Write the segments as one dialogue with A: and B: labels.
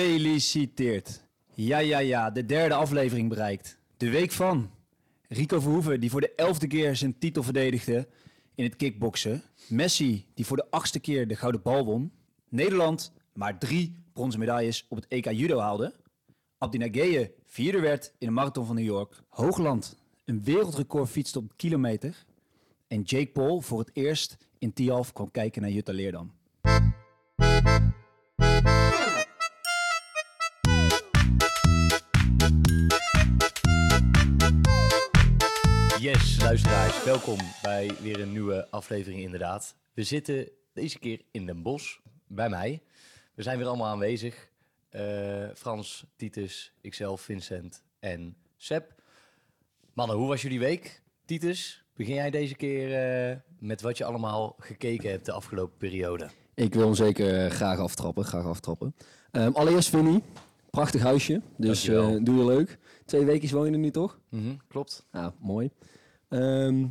A: Gefeliciteerd. Ja, ja, ja, de derde aflevering bereikt. De week van. Rico Verhoeven, die voor de elfde keer zijn titel verdedigde in het kickboksen. Messi, die voor de achtste keer de gouden bal won. Nederland, maar drie bronzen medailles op het EK judo haalde. Abdinageye, vierde werd in de marathon van New York. Hoogland, een wereldrecord fietste op kilometer. En Jake Paul voor het eerst in Tialf kwam kijken naar Jutta Leerdam.
B: Yes, luisteraars, welkom bij weer een nieuwe aflevering inderdaad. We zitten deze keer in Den Bosch, bij mij. We zijn weer allemaal aanwezig. Eh, Frans, Titus, ikzelf, Vincent en Seb. Mannen, hoe was jullie week? Titus, begin jij deze keer eh, met wat je allemaal gekeken hebt de afgelopen periode?
C: Ik wil hem zeker eh, graag aftrappen. Graag aftrappen. Ehm, allereerst Vinnie. Prachtig huisje. Dus
B: Dankjewel.
C: eh, doe je leuk. Twee weken woon je er nu toch?
B: Mhm, klopt.
C: Ah, mooi. Ehm,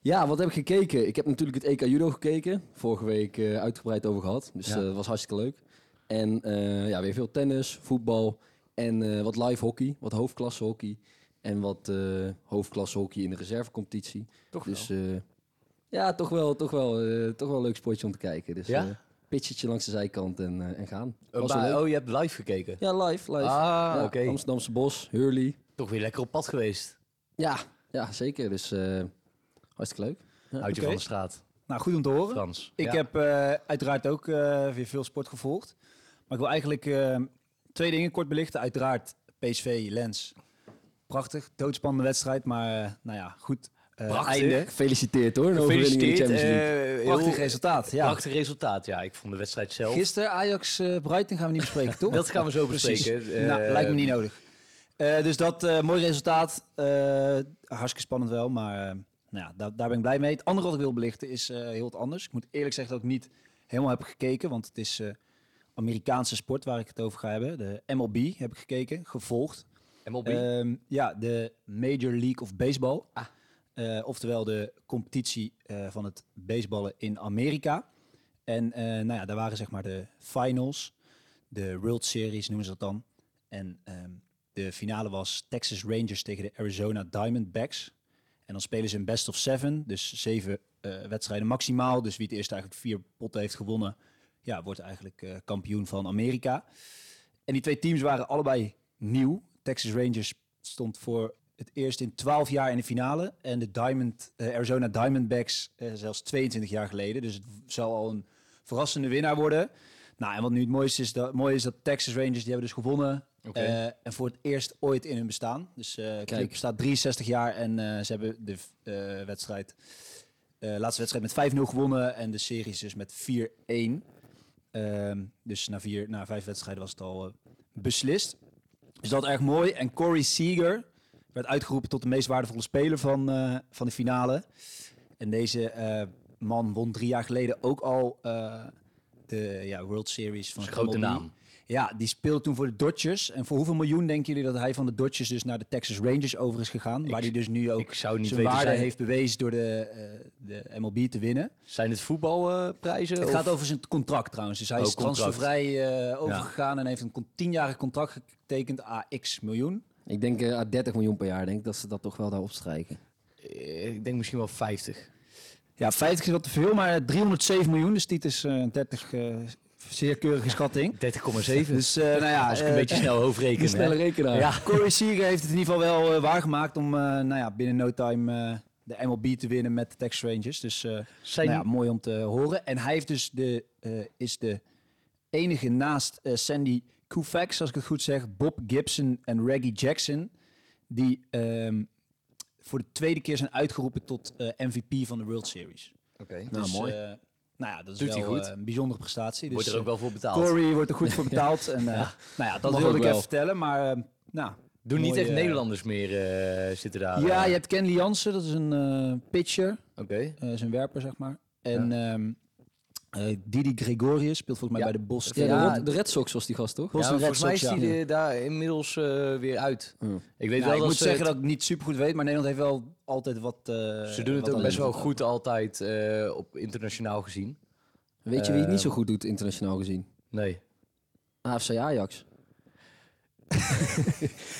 C: ja, wat heb ik gekeken? Ik heb natuurlijk het EK Judo gekeken. Vorige week eh, uitgebreid over gehad. Dus
B: Ja.
C: eh, dat was hartstikke leuk. En eh, ja, weer veel tennis, voetbal en eh, wat live hockey. Wat hoofdklasse hockey. En wat eh hoofdklasse hockey in de reservecompetitie.
B: Toch
C: Dus eh, ja, toch wel, toch, wel, eh, toch wel een leuk sportje om te kijken. Dus
B: Ja?
C: eh, pitchertje langs de zijkant en, eh, en gaan.
B: Eh,
C: Was wel
B: maar-
C: leuk.
B: oh, je hebt live gekeken.
C: Ja, live, live.
B: Ah,
C: Ja,
B: oké.
C: Amsterdamse Bos, Hurley.
B: Toch weer lekker op pad geweest.
C: Ja, ja zeker. Dus eh, hartstikke leuk.
B: Houd je
A: Oké.
B: van de straat,
A: Nou, goed om te horen.
B: Frans.
A: Ik
B: Ja.
A: heb eh, uiteraard ook eh, weer veel sport gevolgd. Maar ik wil eigenlijk eh, twee dingen kort belichten. Uiteraard PSV, Lens. Prachtig, doodspannende wedstrijd. Maar eh, nou ja, goed eh,
B: Prachtig.
A: einde.
C: Gefeliciteerd hoor, een overwinning in de
B: Gefeliciteerd.
C: Champions League.
B: eh, heel-
A: Prachtig resultaat, ja.
B: Prachtig resultaat, ja. Ik vond de wedstrijd zelf...
A: Gisteren Ajax eh Brighton gaan we niet bespreken, toch?
B: Dat gaan we zo
A: Precies.
B: bespreken.
A: nou,
B: Eh,
A: lijkt me niet nodig. Eh, dus dat, eh, mooi resultaat. Eh, hartstikke spannend wel, maar eh, nou ja, daar, daar ben ik blij mee. Het andere wat ik wil belichten is eh, heel wat anders. Ik moet eerlijk zeggen dat ik niet helemaal heb gekeken, want het is eh, Amerikaanse sport waar ik het over ga hebben. De MLB heb ik gekeken, gevolgd.
B: MLB.
A: Ehm, ja, de Major League of Baseball.
B: Ah.
A: Eh, oftewel de competitie eh, van het baseballen in Amerika. En eh, nou ja, daar waren zeg maar de finals, de World Series noemen ze dat dan. En ehm, de finale was Texas Rangers tegen de Arizona Diamondbacks. En dan spelen ze een best of seven, dus zeven eh, wedstrijden maximaal. Dus wie het eerst eigenlijk vier potten heeft gewonnen, ja, wordt eigenlijk eh, kampioen van Amerika. En die twee teams waren allebei nieuw. Texas Rangers stond voor het eerst in 12 jaar in de finale. En de Diamond, eh, Arizona Diamondbacks eh, zelfs 22 jaar geleden. Dus het zou al een verrassende winnaar worden. Nou, en wat nu het mooiste is, dat, mooie is dat Texas Rangers, die hebben dus gewonnen.
B: Oké.
A: Eh, en voor het eerst ooit in hun bestaan. Dus eh Kijk.
C: Kijk.
A: bestaat 63 jaar en eh, ze hebben de eh, wedstrijd, eh, laatste wedstrijd met 5-0 gewonnen. En de series dus met 4-1. Ehm, dus na, vier, na vijf wedstrijden was het al eh, beslist. Dus dat erg mooi. En Corey Seager werd uitgeroepen tot de meest waardevolle speler van, eh, van de finale. En deze eh, man won drie jaar geleden ook al eh, de ja, World Series van
B: Dat
A: de
B: is een grote naam.
A: Ja, die speelde toen voor de Dodgers. En voor hoeveel miljoen denken jullie dat hij van de Dodgers dus naar de Texas Rangers over is gegaan? waar hij dus nu ook
B: ik zou niet
A: zijn
B: weten,
A: waarde
B: zijn-
A: heeft bewezen door de, eh, de MLB te winnen.
B: Zijn het voetbalprijzen?
A: Het gaat over zijn contract trouwens. Dus hij
B: Oh,
A: is
B: contract.
A: transfervrij eh, overgegaan en heeft een con- tienjarig contract getekend AX miljoen.
C: Ik denk eh, aan 30 miljoen per jaar, denk ik, dat ze dat toch wel daar opstrijken.
B: Eh, Ik denk misschien wel 50.
A: Ja, 50 is wat te veel, maar 307 miljoen. Dus dit is eh, een 30 eh, zeer keurige schatting.
B: 30,7.
A: Dus eh, nou ja,
B: Als ik een
A: eh,
B: beetje snel hoofdreken.
C: De snelle
B: hè.
C: rekenaar.
B: Ja.
A: Corey Seager heeft het in ieder geval wel eh, waargemaakt om eh, nou ja, binnen no time eh, de MLB te winnen met de Texas Rangers. Dus eh,
B: Zijn-
A: nou ja, mooi om te horen. En hij heeft dus de, eh, is de enige naast eh, Sandy Koufax, als ik het goed zeg, Bob Gibson en Reggie Jackson, die ehm, voor de tweede keer zijn uitgeroepen tot eh, MVP van de World Series.
C: Nou,
A: Dus,
C: mooi.
A: eh, nou ja, dat is
B: Doet hij
A: wel
B: goed.
A: eh, een bijzondere prestatie.
B: Wordt
A: dus,
B: er ook
A: eh,
B: wel voor betaald.
A: Corey wordt er goed voor betaald. En, eh, Nou ja, dat
C: Mag
A: wilde
C: ook
A: ik
C: wel.
A: even vertellen. Maar eh, nou,
B: Doen niet
A: mooi,
B: echt
A: eh,
B: Nederlanders meer eh, zitten daar.
A: Ja,
B: eh.
A: je hebt Ken Jansen, dat is een eh, pitcher,
B: Oké.
A: eh zijn werper zeg maar. En ehm, eh, Didi Gregorius speelt volgens mij
B: Ja.
A: bij de Boston.
C: Ja,
B: Ja,
C: de, Ro- de Red Sox was die gast, toch?
A: Boston
B: Ja, maar
A: Red
B: volgens mij is
A: Sox,
B: die
A: ja.
B: er daar inmiddels eh, weer uit.
C: Ja.
B: Ik weet
A: Nou,
B: wel
A: ik
B: dat
A: moet
B: ze
A: zeggen
B: het-
A: dat ik het niet super goed weet, maar Nederland heeft wel altijd wat. eh,
B: ze doen het
A: wat
B: ook best wel
A: talent.
B: goed altijd eh, op internationaal gezien.
C: Eh. Weet je wie het niet zo goed doet, internationaal gezien?
B: Nee.
C: AFC Ajax.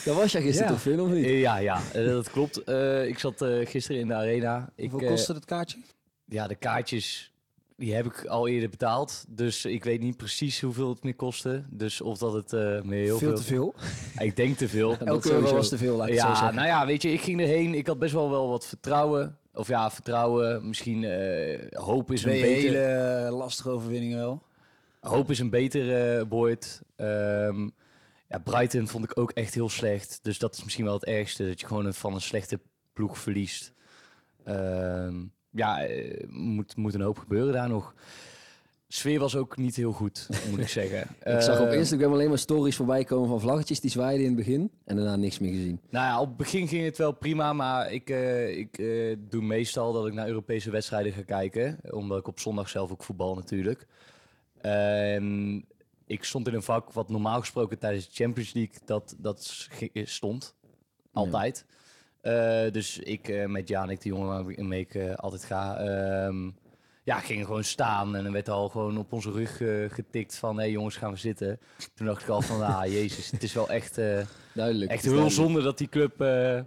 C: Daar was jij gisteren
A: Ja.
C: toch veel of niet?
B: Eh, Ja, ja, eh, dat klopt. Eh, ik zat eh, gisteren in de arena. Ik,
A: Hoeveel
B: eh,
A: kostte het kaartje?
B: ja, de kaartjes die heb ik al eerder betaald. Dus ik weet niet precies hoeveel het meer kostte. Dus of dat het eh me heel
A: Veel te veel.
B: Ik denk te veel.
C: dat
A: Elke euro
C: sowieso.
A: was te veel, laat ik het zo
B: Ja,
A: zeggen.
B: nou ja, weet je, ik ging erheen. Ik had best wel wel wat vertrouwen. Of ja, vertrouwen. Misschien eh, hoop is
A: Twee
B: een beter...
A: hele lastige overwinningen wel.
B: Hoop is een beter eh woord. Ehm, ja, Brighton vond ik ook echt heel slecht. Dus dat is misschien wel het ergste. Dat je gewoon een- van een slechte ploeg verliest. Ehm, ja, eh, moet, moet een hoop gebeuren daar nog. Sfeer was ook niet heel goed, moet ik zeggen.
C: Ik zag op
B: Ehm,
C: Instagram alleen maar stories voorbij komen van vlaggetjes die zwaaiden in het begin. En daarna niks meer gezien.
B: Nou ja, op het begin ging het wel prima, maar ik, eh, ik eh, doe meestal dat ik naar Europese wedstrijden ga kijken. Omdat ik op zondag zelf ook voetbal natuurlijk. En ik stond in een vak wat normaal gesproken tijdens de Champions League dat, dat schi- stond. Altijd. Eh, dus ik eh, met Janik, de jongen waarmee ik eh, altijd ga, ehm, ja, gingen gewoon staan. En dan werd al gewoon op onze rug eh, getikt van, hé hey, jongens, gaan we zitten. Toen dacht ik al van, ah jezus, het is wel echt... eh,
C: Duidelijk.
B: Echt
C: het is
B: heel
C: duidelijk.
B: zonde dat die club. eh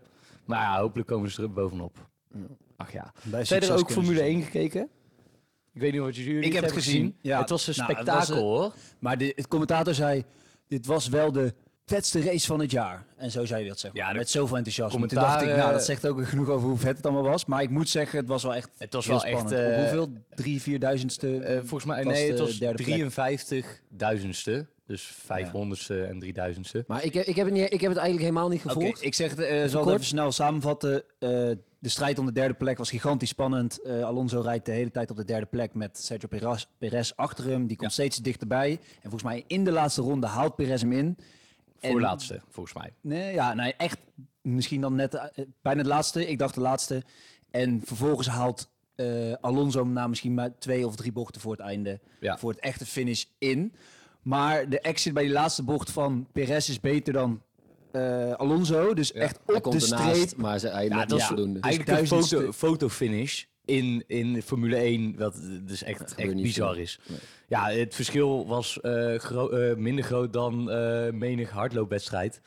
B: maar ja, hopelijk komen ze er bovenop. Ach ja.
A: Bij
B: Zijn er
A: succes
B: ook
A: kunnen
B: Formule
A: ze-
B: 1 gekeken? Ik weet niet wat jullie
A: Ik heb het
B: hebben
A: gezien, ja.
B: het was een
A: Nou, het
B: spektakel
A: was een-
B: hoor.
A: Maar de, het commentator zei, dit was wel de vetste race van het jaar. En zo zei hij dat, zeg maar.
B: Ja, de
A: met zoveel enthousiasme.
B: commentaar,
A: Toen dacht ik, nou,
B: eh,
A: dat zegt ook genoeg over hoe vet het allemaal was. Maar ik moet zeggen, het was wel echt
B: Het was
A: heel
B: wel echt,
A: spannend.
B: eh,
A: Op hoeveel? Drie, vierduizendste?
B: Eh, volgens mij,
A: was
B: nee, het
A: de
B: was
A: derde plek.
B: 53.000ste. Dus 500ste en 3000ste.
C: Maar ik heb, ik, heb het niet, ik heb het eigenlijk helemaal niet
A: Oké,
C: gevolgd.
A: ik zeg het, eh, zal het
C: Kort.
A: even snel samenvatten. Eh, de strijd om de derde plek was gigantisch spannend. Eh, Alonso rijdt de hele tijd op de derde plek met Sergio Perez, Perez achter hem. Die komt steeds dichterbij. En volgens mij in de laatste ronde haalt Perez hem in. En-
B: Voorlaatste, volgens mij.
A: Nee, ja, nee, echt misschien dan net eh, bijna het laatste. Ik dacht de laatste. En vervolgens haalt eh, Alonso hem na misschien maar twee of drie bochten voor het einde,
B: Ja.
A: voor het echte finish in. Maar de exit bij die laatste bocht van Perez is beter dan eh, Alonso. Dus echt
C: Hij
A: op de
C: komt ernaast,
A: streep.
C: maar ze, hij
B: Ja,
C: net
B: dat
C: niet
B: is
C: voldoende.
A: hij-
B: eigenlijk een
A: duizendste-
B: foto, fotofinish in, in Formule 1, wat dus echt,
C: gebeurt
B: echt
C: niet
B: bizar
C: veel.
B: is. Ja, het verschil was eh, gro- eh, minder groot dan eh, menig hardloopwedstrijd.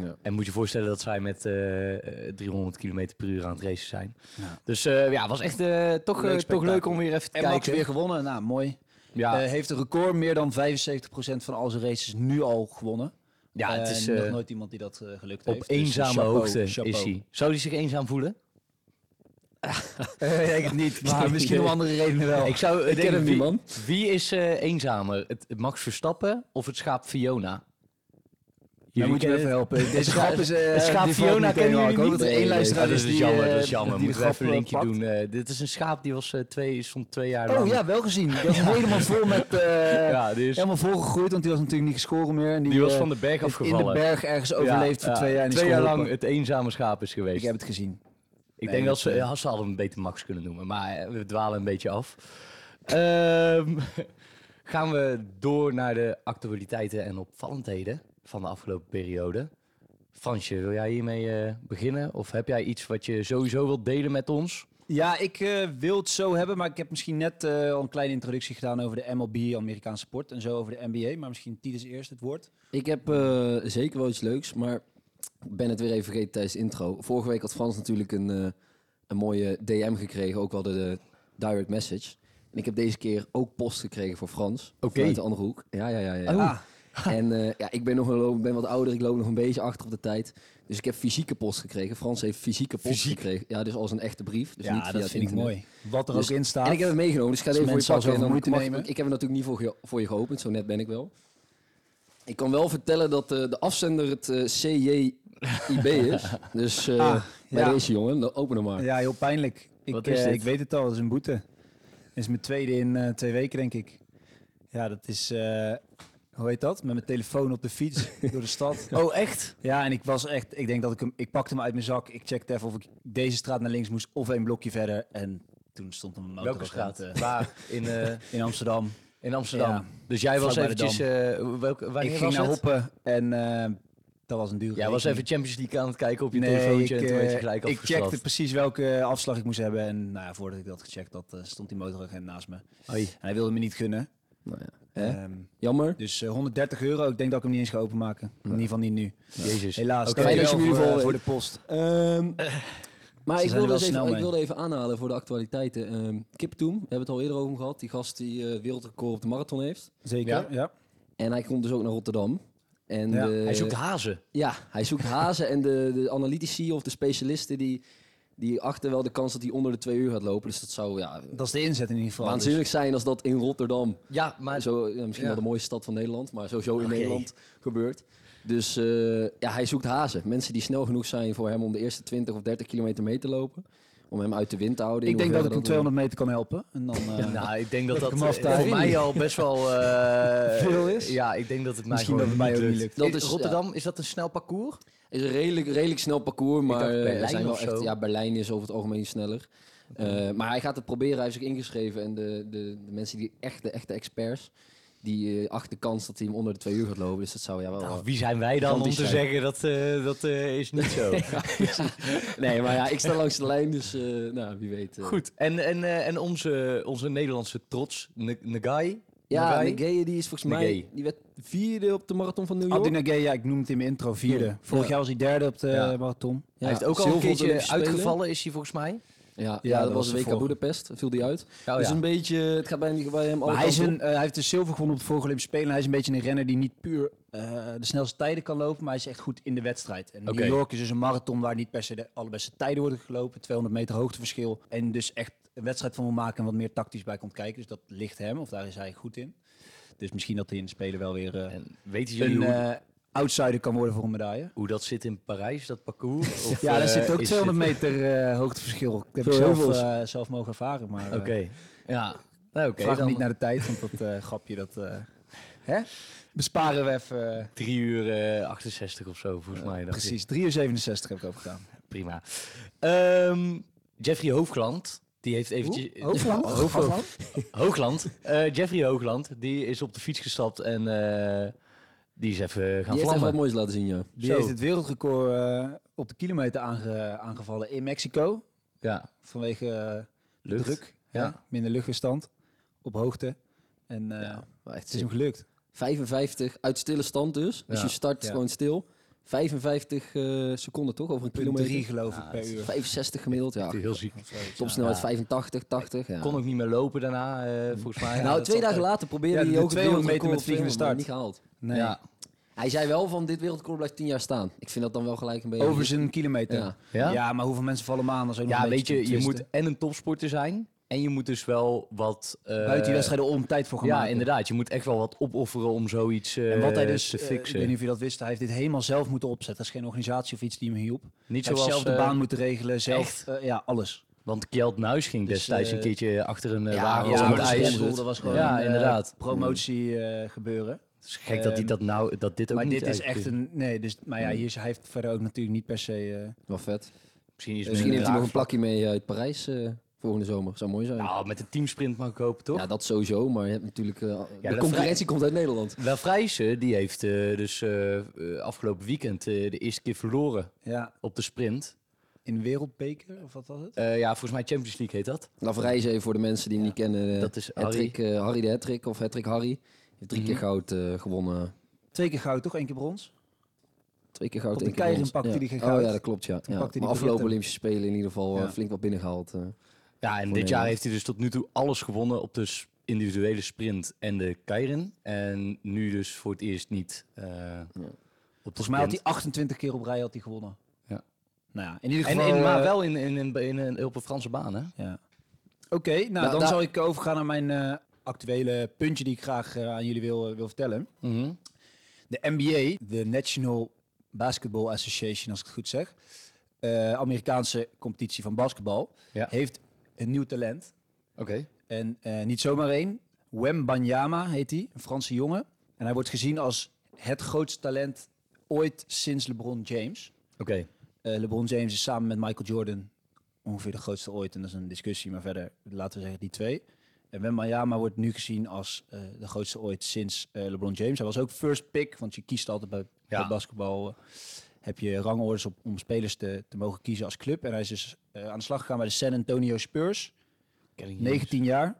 C: Ja.
B: En moet je voorstellen dat zij met eh, eh, 300 km per uur aan het racen zijn.
A: Ja.
B: Dus eh, ja, was echt eh, toch,
A: Leuk
B: eh, toch
A: spektakel.
B: leuk om weer even te
A: En Max
B: kijken.
A: weer gewonnen. Nou, mooi.
B: Ja,
A: Eh, heeft een record. Meer dan 75% van al zijn races nu al gewonnen.
B: ja het
A: Eh,
B: is
A: nog
B: eh,
A: nooit iemand die dat eh, gelukt
B: op
A: heeft. Dus
B: eenzame
A: chapeau,
B: hoogte is
A: chapeau.
B: hij. Zou hij zich eenzaam voelen?
A: Eh, ik denk het niet, maar misschien om andere redenen wel.
B: Ik zou eh,
C: Ik ken
B: denken,
C: hem niet,
B: wie,
C: man.
B: wie is eh, eenzamer? Het, het Max Verstappen of het schaap Fiona?
A: Dan
B: Jullie
A: Nou, moet je me
B: kennen
A: even helpen. Deze
B: scha-
A: grap is... eh,
B: het schaap
A: die valt
B: Fiona
A: niet
B: kennen
A: helemaal.
B: jullie
A: Ik hoop
B: niet?
A: dat er
C: Nee,
A: één
C: nee,
A: luisteraar
B: Ja, dat
A: is
B: is
A: die,
B: jammer,
A: eh,
B: dat is
A: die
B: jammer.
A: de
B: Moeten we
A: grap,
B: even een linkje
A: eh, pakt.
B: doen. Eh, dit is een schaap die was, eh, twee, stond twee jaar
A: Oh
B: lang.
A: ja, wel gezien. Die was helemaal vol met... eh,
B: Ja, die, is-
A: Helemaal volgegroeid, want die was natuurlijk niet geschoren meer. En die,
B: die was
A: eh,
B: van de berg
A: heeft in de
B: afgevallen.
A: berg ergens overleefd
B: Ja,
A: voor
B: ja,
A: twee jaar. en is
B: Twee jaar
A: geholpen.
B: lang het eenzame schaap is geweest.
A: Ik heb het gezien.
B: Ik
A: Nee,
B: denk dat ze,
A: dat, eh,
B: ja, ze hadden hem beter Max kunnen noemen, maar eh, we dwalen een beetje af. Ehm, gaan we door naar de actualiteiten en opvallendheden van de afgelopen periode. Fransje, wil jij hiermee eh, beginnen? Of heb jij iets wat je sowieso wilt delen met ons?
A: Ja, ik eh, wil het zo hebben, maar ik heb misschien net eh, al een kleine introductie gedaan over de MLB, Amerikaanse sport, en zo over de NBA. Maar misschien Titus eerst het woord.
C: Ik heb eh, zeker wel iets leuks, maar ik ben het weer even vergeten tijdens de intro. Vorige week had Frans natuurlijk een, eh, een mooie DM gekregen, ook wel de, de direct message. En ik heb deze keer ook post gekregen voor Frans,
B: Oké. Oh.
C: vanuit de andere hoek. Ja, ja, ja. ja.
A: Ah,
C: En eh, ja, ik ben nog een loop, ben wat ouder, ik loop nog een beetje achter op de tijd. Dus ik heb fysieke post gekregen. Frans heeft fysieke post
B: Fysiek?
C: gekregen. Ja, dus als een echte brief. Dus
A: ja,
C: niet via
A: dat
C: het
A: vind ik
C: internet.
A: mooi. Wat er
C: Dus-
A: ook in staat.
C: En ik heb hem meegenomen, dus ik ga het
A: Als
C: even voor je
A: mensen
C: pakken.
A: al
C: En
A: zoveel moeite
C: dan mag-
A: nemen.
C: Ik heb hem natuurlijk niet voor, ge- voor je geopend, zo net ben ik wel. Ik kan wel vertellen dat eh, de afzender het eh, CJIB is. Dus eh,
A: Ah,
C: bij
A: ja.
C: deze jongen, dan open hem maar.
A: Ja, heel pijnlijk. Ik,
B: Wat is
A: eh,
B: dit?
A: ik weet het al, dat is een boete. Dat is mijn tweede in eh, twee weken, denk ik. Ja, dat is, eh, hoe heet dat? Met mijn telefoon op de fiets door de stad.
B: Oh, echt?
A: Ja, en ik was echt, ik denk dat ik hem, ik pakte hem uit mijn zak. Ik checkte even of ik deze straat naar links moest of een blokje verder. En toen stond een
B: Welke
A: motoragent
B: straat?
A: eh,
B: Waar? In, eh,
A: in Amsterdam.
B: in Amsterdam.
A: Ja.
B: Dus jij was
A: Vlak bij de
B: eventjes... eh welke, wanneer
A: ik ging
B: was
A: naar
B: het?
A: hoppen en eh, dat was een dure
B: Jij was
A: rekening.
B: even Champions League aan het kijken op je
A: Nee,
B: telefoontje
A: ik,
B: en toen werd je
A: eh,
B: gelijk
A: ik
B: afgestraft.
A: checkte precies welke afslag ik moest hebben. En nou ja, voordat ik dat gecheckt had, eh, stond die motoragent naast me.
B: Oei.
A: En hij wilde me niet gunnen.
C: Nou ja.
A: Ehm,
C: Jammer.
A: dus eh, 130 euro, ik denk dat ik hem niet eens ga openmaken. In ieder geval niet nu.
B: Jezus.
A: Helaas,
B: Dus Oké.
A: dankjewel
C: Fijn
A: voor,
C: dat je hem in ieder geval-
A: eh, voor de post.
C: Eh,
A: Ehm,
C: maar
A: Ze
C: ik
A: zijn er wel
C: wilde, dus even,
A: snel
C: ik
A: mee.
C: wilde even aanhalen voor de actualiteiten. Ehm Kiptoem, we hebben het al eerder over hem gehad. Die gast die eh, wereldrecord op de marathon heeft.
A: Zeker, ja.
C: En hij komt dus ook naar Rotterdam. En
A: Ja,
C: de-
B: Hij zoekt hazen.
C: Ja, hij zoekt hazen en de, de analytici of de specialisten die, die achten wel de kans dat hij onder de twee uur gaat lopen. Dus dat zou ja,
A: Dat is dus- de inzet in ieder geval.
C: waanzinnig zijn als dat in Rotterdam,
B: Ja, maar
C: zo, ja, misschien
B: ja.
C: wel de mooiste stad van Nederland, maar sowieso in
B: Oké.
C: Nederland gebeurt. Dus eh, ja, hij zoekt hazen. Mensen die snel genoeg zijn voor hem om de eerste 20 of 30 kilometer mee te lopen. Om hem uit de wind te houden.
A: Dus ik
C: in
A: denk dat ik hem
C: hoeverre
A: 200 meter kan helpen. En dan, eh,
B: Nou, ik denk dat dat
A: hem af
B: eh,
A: te
B: voor
A: houden.
B: mij al best wel... eh,
A: Veel is?
B: Ja, ik denk dat het mij
A: Misschien
B: gewoon
A: dat het mij ook niet Eh,
C: lukt.
B: In
C: Dat is-
B: Rotterdam, is eh, dat een snel parcours?
C: is een redelijk, redelijk snel parcours, maar
B: dacht
C: eh,
B: Berlijn
C: er zijn wel
B: of
C: echt,
B: zo.
C: ja, Berlijn is over het algemeen sneller. Eh, maar hij gaat het proberen, hij heeft zich ingeschreven. En de, de, de mensen die echt de echte experts, die eh, achten de kans dat hij hem onder de twee uur gaat lopen. Dus dat zou ja wel...
B: Nou, wie zijn wij dan om
C: gigantisch
B: te
C: zijn.
B: zeggen dat eh, dat eh, is niet zo?
C: nee, maar ja, ik sta langs de lijn, dus eh, nou, wie weet. eh.
B: Goed, en, en, eh, en onze, onze Nederlandse trots, Ne- Nagai.
C: Ja,
B: Nagai?
C: Nageye, die is volgens mij,
B: Nageye.
C: die werd vierde op de marathon van New
B: Oh,
C: York.
A: Abdi Nagee, ja, ik noemde het in mijn intro, vierde.
C: Ja.
A: Vorig
C: Ja.
A: jaar was hij derde op de
B: Ja.
A: marathon.
C: Ja,
B: Hij heeft ook al een
C: zilver op de
B: keertje
C: Olympische Spelen.
B: uitgevallen, is hij volgens mij. Oh,
C: Ja, ja, dat, was de
A: de
C: week aan
A: vorige.
C: Budapest, viel die uit.
B: ja.
C: Dus een beetje, het gaat bij hem, bij hem alle
B: Oh,
A: Maar hij, is
C: kanten
A: een, eh, hij heeft de zilver gewonnen op de vorige Olympische Spelen. Hij is een beetje een renner die niet puur eh, de snelste tijden kan lopen, maar hij is echt goed in de wedstrijd. En
B: Oké.
A: New York is dus een marathon waar niet per se de allerbeste tijden worden gelopen. 200 meter hoogteverschil. En dus echt een wedstrijd van wil maken en wat meer tactisch bij komt kijken. Dus dat ligt hem, of daar is hij goed in. Dus misschien dat hij in de Spelen wel weer eh,
B: En weten jullie
A: een
B: hoe,
A: eh, outsider kan worden voor een medaille.
B: hoe dat zit in Parijs, dat parcours? Of,
A: Ja, daar
B: eh,
A: zit ook
B: is
A: 200 meter eh, hoogteverschil. Dat heb ik
C: Veel
A: zelf,
C: heuvels.
A: eh, zelf mogen ervaren. Maar, eh,
B: Oké, ja. Nou, oké,
A: vraag me
B: dan
A: niet naar de tijd, want dat eh, grapje, dat eh, hè? besparen we even. eh,
B: drie uur eh 68 of zo, volgens mij. dacht ik.
A: precies, 3 uur 67 heb ik ook gedaan.
B: Prima. Ehm, Jeffrey Hoogland, die heeft eventjes...
A: Hoogland? Hoogland?
B: Hoogland. Eh, Jeffrey Hoogland, die is op de fiets gestapt en eh, die is even gaan
C: Die heeft echt
B: vlammen.
C: wat moois laten zien, ja.
A: Die
B: Zo.
A: heeft het wereldrecord eh, op de kilometer aange- aangevallen in Mexico.
B: Ja,
A: Vanwege eh, de
B: Lucht,
A: druk, hè,
B: ja.
A: minder luchtweerstand op hoogte. En eh,
C: Ja, maar echt
A: het is hem gelukt.
C: 55 uit stille stand dus. Dus
B: Ja,
C: je start
A: ja.
C: gewoon stil. 55 eh, seconden toch? Over een
A: Punt
C: kilometer.
A: 3 geloof ik
B: Ja,
A: per
B: het is
A: uur.
C: 65 gemiddeld, ja.
B: heel ziek.
A: Of zoiets, ja.
C: Topsnelheid
B: Ja.
C: 85, 80. Ja.
B: Kon ook niet meer lopen daarna, eh, volgens mij.
C: nou,
B: Dat
C: twee
B: zat
C: dagen
B: ook-
C: later probeerde
A: Ja,
C: hij
A: de
C: ook
A: 200
C: het
A: meter met vliegende
C: wereldrecord op 200,
A: start.
C: maar Niet gehaald.
A: Nee.
B: Ja.
C: Hij zei wel van dit wereldrecord blijft 10 jaar staan. Ik vind dat dan wel gelijk een beetje...
A: Over zijn kilometer.
C: Ja.
A: Ja.
B: Ja?
A: maar hoeveel mensen vallen hem aan? Dat is ook nog
B: Ja,
A: een
B: weet
A: beetje
B: je, je
A: twisten.
B: moet en een topsporter zijn en je moet dus wel wat... eh,
A: buiten die wedstrijden om tijd voor gaan
B: Ja,
A: maken.
B: inderdaad. Je moet echt wel wat opofferen om zoiets eh
A: En wat hij dus,
B: te
A: eh, ik
B: fixen.
A: weet niet of je dat wist, hij heeft dit helemaal zelf moeten opzetten. Er is geen organisatie of iets die hem hielp.
B: niet
A: Hij heeft
B: zoals...
A: zelf de
B: eh,
A: baan moeten regelen, zelf,
B: echt?
A: eh, ja, alles.
B: Want Kjeld Nuis ging
A: Dus,
B: destijds een
A: eh,
B: keertje achter een eh,
C: ja,
B: wagen
C: maar
B: om
C: dat
B: het
C: is
B: ijs.
C: sponsor.
A: dat was gewoon
B: Ja,
A: een, eh,
B: inderdaad.
A: promotie eh, gebeuren.
B: Het is gek dat, die,
A: Ehm,
B: dat, nou, dat dit ook
A: maar
B: niet
A: dit is echt
B: uitkomt.
A: een, nee, dus, maar ja, hier is, hij heeft verder ook natuurlijk niet per se... eh,
C: Wel vet.
B: Misschien, is
C: Misschien
B: het
C: heeft hij nog een
B: raar.
C: plakje mee uit Parijs eh, volgende zomer. Zou mooi zijn.
B: Nou, met een teamsprint mag ik hopen, toch?
C: ja, dat sowieso. Maar je hebt natuurlijk... eh, de
B: dat
C: concurrentie komt uit Nederland.
B: Lafrijse, die heeft eh, dus eh, eh, afgelopen weekend eh, de eerste keer verloren
A: ja,
B: op de sprint.
A: in wereldbeker of wat was het?
B: Eh, ja, volgens mij Champions League heet dat.
C: Lavrij is even voor de mensen die hem niet kennen. eh,
B: Dat is
C: Hattrick, eh, Harry de Hattrick of Hattrick Harry. Hij heeft
A: Mhm.
C: drie keer goud eh, gewonnen.
A: Twee keer goud, toch? Eén keer brons?
C: Twee keer goud.
A: Op de
C: één keer
A: Keirin
C: brons.
A: pakte
C: ja.
A: hij geen
C: Oh
A: goud.
C: ja, dat klopt ja. ja.
A: pakte hij
C: Maar
A: die
C: afgelopen
A: Britten.
C: Olympische Spelen in ieder geval eh,
A: Ja.
C: flink wat binnengehaald. eh.
B: Ja, en dit
C: Nederland.
B: jaar heeft hij dus tot nu toe alles gewonnen op de s- individuele sprint en de Keirin. En nu dus voor het eerst niet eh, op de
A: Volgens mij had hij
B: sprint.
A: 28 keer op rij had hij gewonnen.
B: Ja.
A: Nou ja, in ieder
B: En,
A: geval...
B: en- maar
A: eh,
B: wel in, in, in, in een, op een Franse baan, hè?
A: Ja. Oké, nou,
C: Nou,
A: dan
C: daar-
A: zal ik overgaan naar mijn eh, actuele puntje die ik graag eh, aan jullie wil, eh, wil vertellen.
B: Mhm.
A: De NBA, de National Basketball Association, als ik het goed zeg, eh, Amerikaanse competitie van basketbal,
B: Ja.
A: heeft een nieuw talent.
B: Oké.
A: En eh, niet zomaar één. Wembanyama heet hij, een Franse jongen. En hij wordt gezien als het grootste talent ooit sinds LeBron James.
B: Oké.
A: Eh, LeBron James is samen met Michael Jordan ongeveer de grootste ooit. En dat is een discussie, maar verder laten we zeggen die twee. En Wembanyama wordt nu gezien als eh, de grootste ooit sinds eh, LeBron James. Hij was ook first pick, want je kiest altijd bij,
B: Ja.
A: bij basketbal. eh, heb je rangorders op, om spelers te, te mogen kiezen als club. En hij is dus eh, aan de slag gegaan bij de San Antonio Spurs.
B: Ken ik niet.
A: 19 jaar.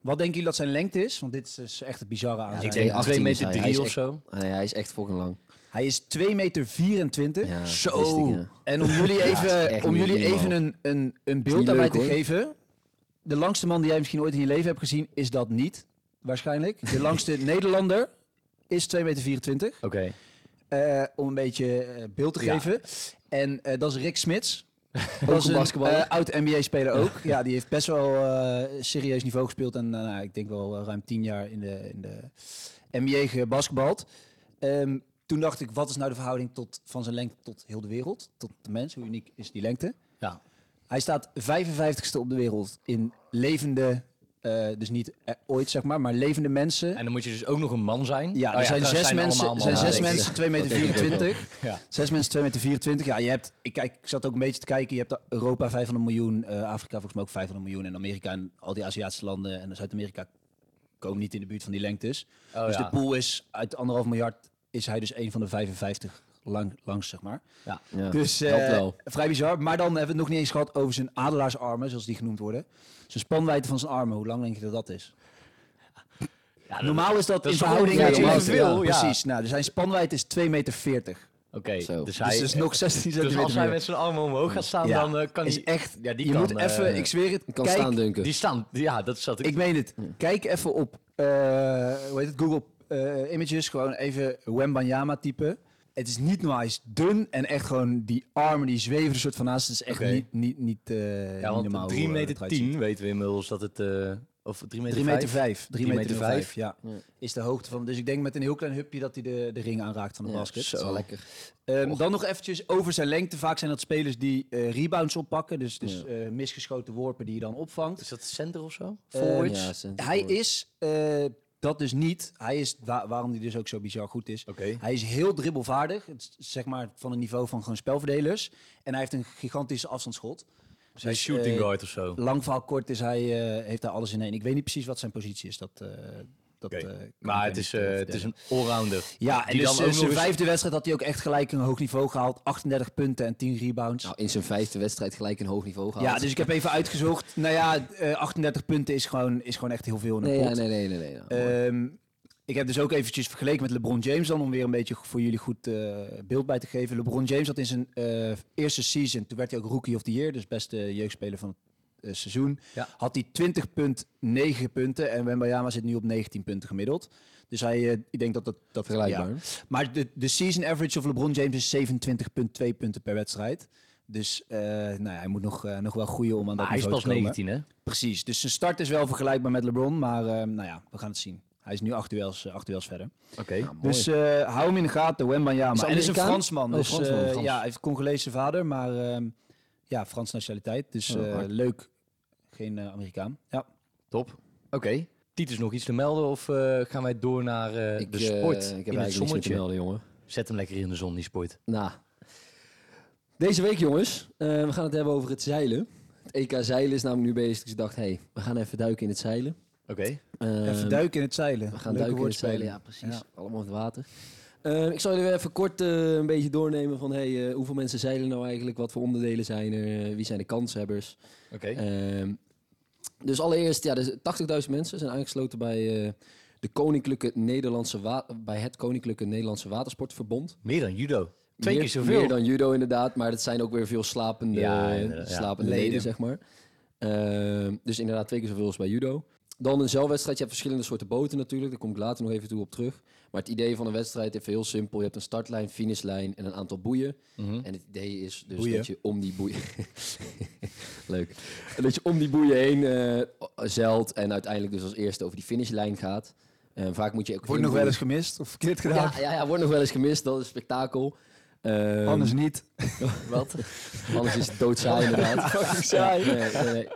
A: Wat denken jullie dat zijn lengte is? Want dit is dus echt het bizarre aan
C: Ja,
A: zijn.
B: Ik denk
C: 2,18
B: 2
C: is
B: meter
C: hij.
B: 3
C: Hij is
B: of
C: echt-
B: zo.
C: Ah, nee, hij is echt fucking lang.
A: Hij is 2 meter 24.
C: Ja, dat wist
A: Zo.
C: ik, ja.
A: En om jullie
C: Ja, dat is
A: even,
C: echt
A: om
C: niet
A: jullie
C: normaal.
A: even een, een, een
C: niet
A: beeld daarbij
C: leuk,
A: te
C: hoor.
A: geven. De langste man die jij misschien ooit in je leven hebt gezien, is dat niet. Waarschijnlijk. De langste Nederlander is 2 meter 24.
B: Oké.
A: eh, om een beetje eh, beeld te
B: Ja.
A: geven. En eh, dat is Rick Smits.
C: een
A: Dat is een eh,
C: basketballer.
A: oud NBA-speler ook. ja, die heeft best wel eh, serieus niveau gespeeld. En eh, nou, ik denk wel eh, ruim tien jaar in de, in de NBA gebasketbald. Ehm, toen dacht ik, wat is nou de verhouding tot, van zijn lengte tot heel de wereld? Tot de mens, hoe uniek is die lengte?
B: Ja.
A: Hij staat 55ste op de wereld in levende, eh, dus niet eh, ooit zeg maar, maar levende mensen.
B: En dan moet je dus ook nog een man zijn.
A: Ja,
B: Oh
A: er zijn
B: trouwens,
A: zes mensen,
B: allemaal
A: zijn
B: mannen.
A: zes
C: Ja,
A: mensen 2 meter
C: denk ik ook
A: 24.
B: wel. Ja.
A: Zes mensen 2 meter 24. Ja, je hebt, ik, kijk, ik zat ook een beetje te kijken. Je hebt Europa 500 miljoen, eh, Afrika volgens mij ook 500 miljoen. En Amerika en al die Aziatische landen en Zuid-Amerika komen niet in de buurt van die lengtes.
B: Oh,
A: dus
B: ja.
A: de pool is uit anderhalf miljard, is hij dus een van de 55 lang, langs, zeg maar.
C: Ja.
A: Dus eh,
C: helpt wel.
A: vrij bizar. Maar dan hebben we het nog niet eens gehad over zijn adelaarsarmen, zoals die genoemd worden. Zijn spanwijdte van zijn armen, hoe lang denk je dat dat is?
B: Ja, dat-
A: Normaal is dat,
B: dat
A: in
B: is
A: verhouding
C: ongeveer
A: naar zijn
B: evenveel,
A: lengte.
B: ja.
A: Precies. Nou, dus zijn spanwijdte is 2,40 meter.
B: Oké,
C: Zo.
B: dus
A: dus
B: hij...
A: dat is nog 16
B: dus
A: centimeter
B: als hij
A: meer.
B: met zijn armen omhoog gaat staan,
A: Ja,
B: dan eh, kan
A: is
B: hij...
A: echt-
B: Ja, die
A: je
B: kan,
A: moet
B: eh,
A: even, ik zweer het,
C: Ik kan
A: kijk,
C: staan dunken.
B: Die staan... Ja, dat zat ik...
A: ik meen het. Kijk even op, eh, hoe heet het, Google eh, Images, gewoon even Wembanyama typen. Het is niet normaal, hij is dun en echt gewoon die armen die zweven er soort van naast. Het is echt
B: Oké.
A: niet, niet, niet, eh
B: ja,
A: niet normaal.
B: want 3
A: hoe, eh,
B: meter
A: het eruit ziet.
B: 10 weten we inmiddels dat het... eh, of 3 meter
A: 3 meter 5. 3
B: 3,05,
A: meter 5, ja.
C: Ja.
A: Is de hoogte van. Dus ik denk met een heel klein hupje dat hij de, de ring aanraakt van de
C: Ja,
A: basket.
C: zo lekker.
A: Ehm, dan nog eventjes over zijn lengte. Vaak zijn dat spelers die eh, rebounds oppakken. Dus, dus eh, misgeschoten worpen die je dan opvangt.
B: Is dat center of zo?
A: Ehm,
C: Forwards? Ja, center
A: hij
C: forward.
A: is eh, dat dus niet. Hij is, wa- waarom hij dus ook zo bizar goed is.
B: Oké.
A: Hij is heel dribbelvaardig. Het is zeg maar van het niveau van gewoon spelverdelers. En hij heeft een gigantische afstandsschot.
B: Zijn
A: Dus,
B: shooting
A: eh,
B: guard of zo.
A: Lang verhaal kort is hij, eh, heeft daar alles in één. Ik weet niet precies wat zijn positie is. Dat, eh, dat,
B: Oké.
A: eh, kan ik
B: Maar het
A: niet,
B: is,
A: eh,
B: eh, het
A: vertellen.
B: is een allrounder.
A: Ja, en
B: die
A: dus
B: dan
A: eh,
B: ook
A: zijn
B: nog eens-
A: vijfde wedstrijd had hij ook echt gelijk een hoog niveau gehaald. 38 punten en 10 rebounds.
C: Nou, in zijn vijfde wedstrijd gelijk een hoog niveau gehaald.
A: ja, dus ik heb even uitgezocht. Nou ja, eh, 38 punten is gewoon, is gewoon echt heel veel in een
C: Nee, ja,
A: pot.
C: nee, nee, nee. nee, nee.
A: Ehm, ik heb dus ook eventjes vergeleken met LeBron James dan, om weer een beetje voor jullie goed eh, beeld bij te geven. LeBron James had in zijn eh, eerste season, toen werd hij ook Rookie of the Year, dus beste jeugdspeler van het eh, seizoen,
B: Ja.
A: had hij 20,9 punten en Wembayama zit nu op 19 punten gemiddeld. Dus hij, eh, ik denk dat dat... dat
C: Vergelijkbaar.
A: ja. Maar de, de season average of LeBron James is 27,2 punten per wedstrijd. Dus eh, nou ja, hij moet nog, eh, nog wel groeien om aan dat
B: Maar hij is
A: niveau
B: pas
A: te komen.
B: 19, hè?
A: Precies, dus zijn start is wel vergelijkbaar met LeBron, maar eh, nou ja, we gaan het zien. Hij is nu acht duels, eh, acht duels verder.
B: Oké.
C: Nou,
A: Dus eh, hou hem in de gaten, Wembanyama.
C: hij
A: En is een
C: Amerikaan?
A: Fransman,
C: Oh,
A: dus
C: Fransman,
A: eh,
C: Frans.
A: ja, hij heeft Congolese vader, maar ehm, ja, Frans nationaliteit. Dus
C: Oh,
A: eh,
C: hard.
A: leuk, geen eh, Amerikaan. Ja.
B: Top. Oké. Titus, nog iets te melden of eh, gaan wij door naar eh,
C: ik,
B: de
C: eh,
B: sport
C: ik heb
B: in het
C: eigenlijk niks meer te
B: zonnetje?
C: melden, jongen.
B: Zet hem lekker in de zon, die sport.
C: Nou. Deze week, jongens, eh, we gaan het hebben over het zeilen. Het EK zeilen is namelijk nu bezig, dus ik dacht, hé, hey, we gaan even duiken in het zeilen.
B: Oké.
A: Even
C: Ehm,
A: duiken in het zeilen.
C: We gaan
A: Leuke
C: duiken in het
A: woordspelen.
C: zeilen, ja precies.
A: Ja.
C: Allemaal in het water. Eh, ik zal jullie even kort eh, een beetje doornemen van hey, eh, hoeveel mensen zeilen nou eigenlijk, wat voor onderdelen zijn er, eh, wie zijn de kanshebbers.
B: Oké.
C: Ehm, dus allereerst, ja, dus 80.000 mensen zijn aangesloten bij, eh, de Koninklijke Nederlandse Wa- bij het Koninklijke Nederlandse Watersportverbond.
B: Meer dan judo. Twee
C: meer,
B: keer zoveel.
C: Meer dan judo inderdaad, maar dat zijn ook weer veel slapende,
B: Ja, inderdaad, ja.
C: slapende leden.
A: Leden.
C: zeg maar. Ehm, dus inderdaad twee keer zoveel als bij judo. Dan een zeilwedstrijd. Je hebt verschillende soorten boten natuurlijk. Daar kom ik later nog even toe op terug. Maar het idee van een wedstrijd is heel simpel. Je hebt een startlijn, finishlijn en een aantal boeien.
B: Mhm.
C: En het idee is dus
A: Boeien.
C: dat je om die boeien... Leuk. En dat je om die boeien heen eh, zeilt en uiteindelijk dus als eerste over die finishlijn gaat. En vaak moet je ook...
A: Wordt nog wel eens gemist of verkeerd gedaan?
C: Ja, ja, ja, wordt nog wel eens gemist. Dat is spektakel. Ehm,
A: Anders niet.
B: Wat?
C: Anders is het doodzaai inderdaad.
A: saai.
C: Ja, nee, nee, nee.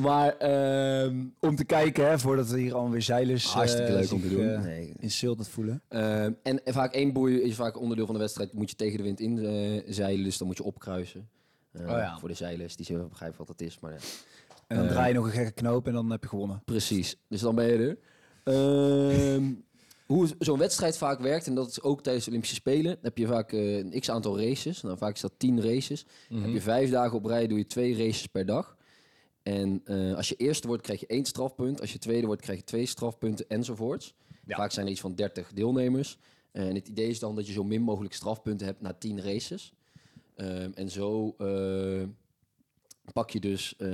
C: Maar ehm,
A: Om te kijken, hè, voordat er hier allemaal weer zeilers
C: hartstikke
A: eh,
C: leuk om te
A: zich,
C: doen.
A: eh,
C: Nee.
A: in Siltend voelen.
C: Ehm, en vaak één boei is vaak onderdeel van de wedstrijd. Moet je tegen de wind in eh, zeilen, dus dan moet je opkruisen. Eh,
B: Oh ja.
C: Voor de zeilers die zullen begrijpen wat dat is. Maar ja,
A: En dan
C: Eh.
A: draai je nog een gekke knoop en dan heb je gewonnen.
C: precies. Dus dan ben je er. Ehm, hoe zo'n wedstrijd vaak werkt, en dat is ook tijdens de Olympische Spelen, heb je vaak eh, een x aantal races. Nou, vaak is dat tien races.
B: Mhm.
C: Heb je vijf dagen op rij, doe je twee races per dag. En eh, als je eerste wordt, krijg je één strafpunt. Als je tweede wordt, krijg je twee strafpunten enzovoorts.
B: Ja.
C: Vaak zijn er iets van 30 deelnemers. Eh, en het idee is dan dat je zo min mogelijk strafpunten hebt na 10 races. Ehm, en zo eh, pak je dus, eh,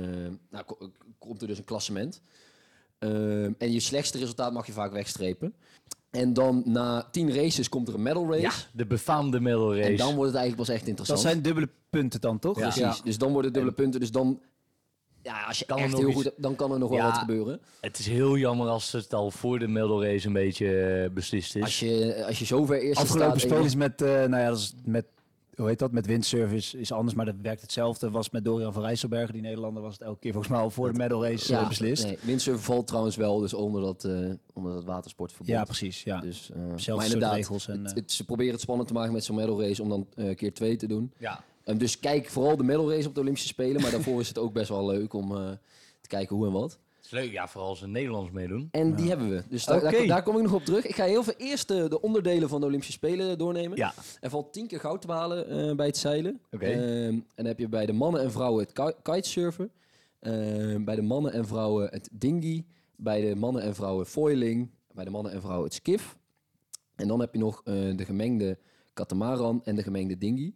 C: nou, ko- komt er dus een klassement. Ehm, en je slechtste resultaat mag je vaak wegstrepen. En dan na 10 races komt er een medal race.
B: de befaamde medal race.
C: En dan wordt het eigenlijk pas echt interessant.
A: Dat zijn dubbele punten dan, toch?
B: Ja.
A: Dus-
C: Precies. Dus dan worden het dubbele punten. Dus dan, ja, als je
B: Kan er
C: echt
B: nog
C: heel
B: iets-
C: goed, hebt, dan kan er nog wel
B: Ja.
C: wat gebeuren.
B: Het is heel jammer als het al voor de medal race een beetje eh, beslist is.
C: Als je, als je zover eerst
A: Afgelopen
C: staat en
A: spel
C: je-
A: is met, eh, nou ja, dat is met, hoe heet dat, met windservice is anders, maar dat werkt hetzelfde. Was met Dorian van Rijsselbergen, die Nederlander, was het elke keer volgens mij al voor de medal race eh, beslist.
C: Nee, windsurfen valt trouwens wel dus onder dat, eh, onder dat watersportverbod.
A: Ja, precies. Ja.
C: Dus, eh,
A: soort
C: maar inderdaad,
A: regels en,
C: het-
A: eh.
C: het- ze proberen het spannend te maken met zo'n medal race om dan eh, keer twee te doen.
B: Ja.
C: En dus kijk vooral de medal race op de Olympische Spelen, maar daarvoor is het ook best wel leuk om eh, te kijken hoe en wat.
B: Het is leuk, ja, vooral als ze Nederlands meedoen.
C: En die hebben we. Dus daar- daar,
B: Oké.
C: daar kom ik nog op terug. Ik ga heel veel eerst eh, de onderdelen van de Olympische Spelen doornemen.
B: Ja.
C: Er valt tien keer goud te halen eh, bij het zeilen.
B: Oké.
C: Ehm, en dan heb je bij de mannen en vrouwen het ki- kitesurfen. Ehm, bij de mannen en vrouwen het dinghy. Bij de mannen en vrouwen foiling. Bij de mannen en vrouwen het skif. En dan heb je nog eh, de gemengde katamaran en de gemengde dinghy.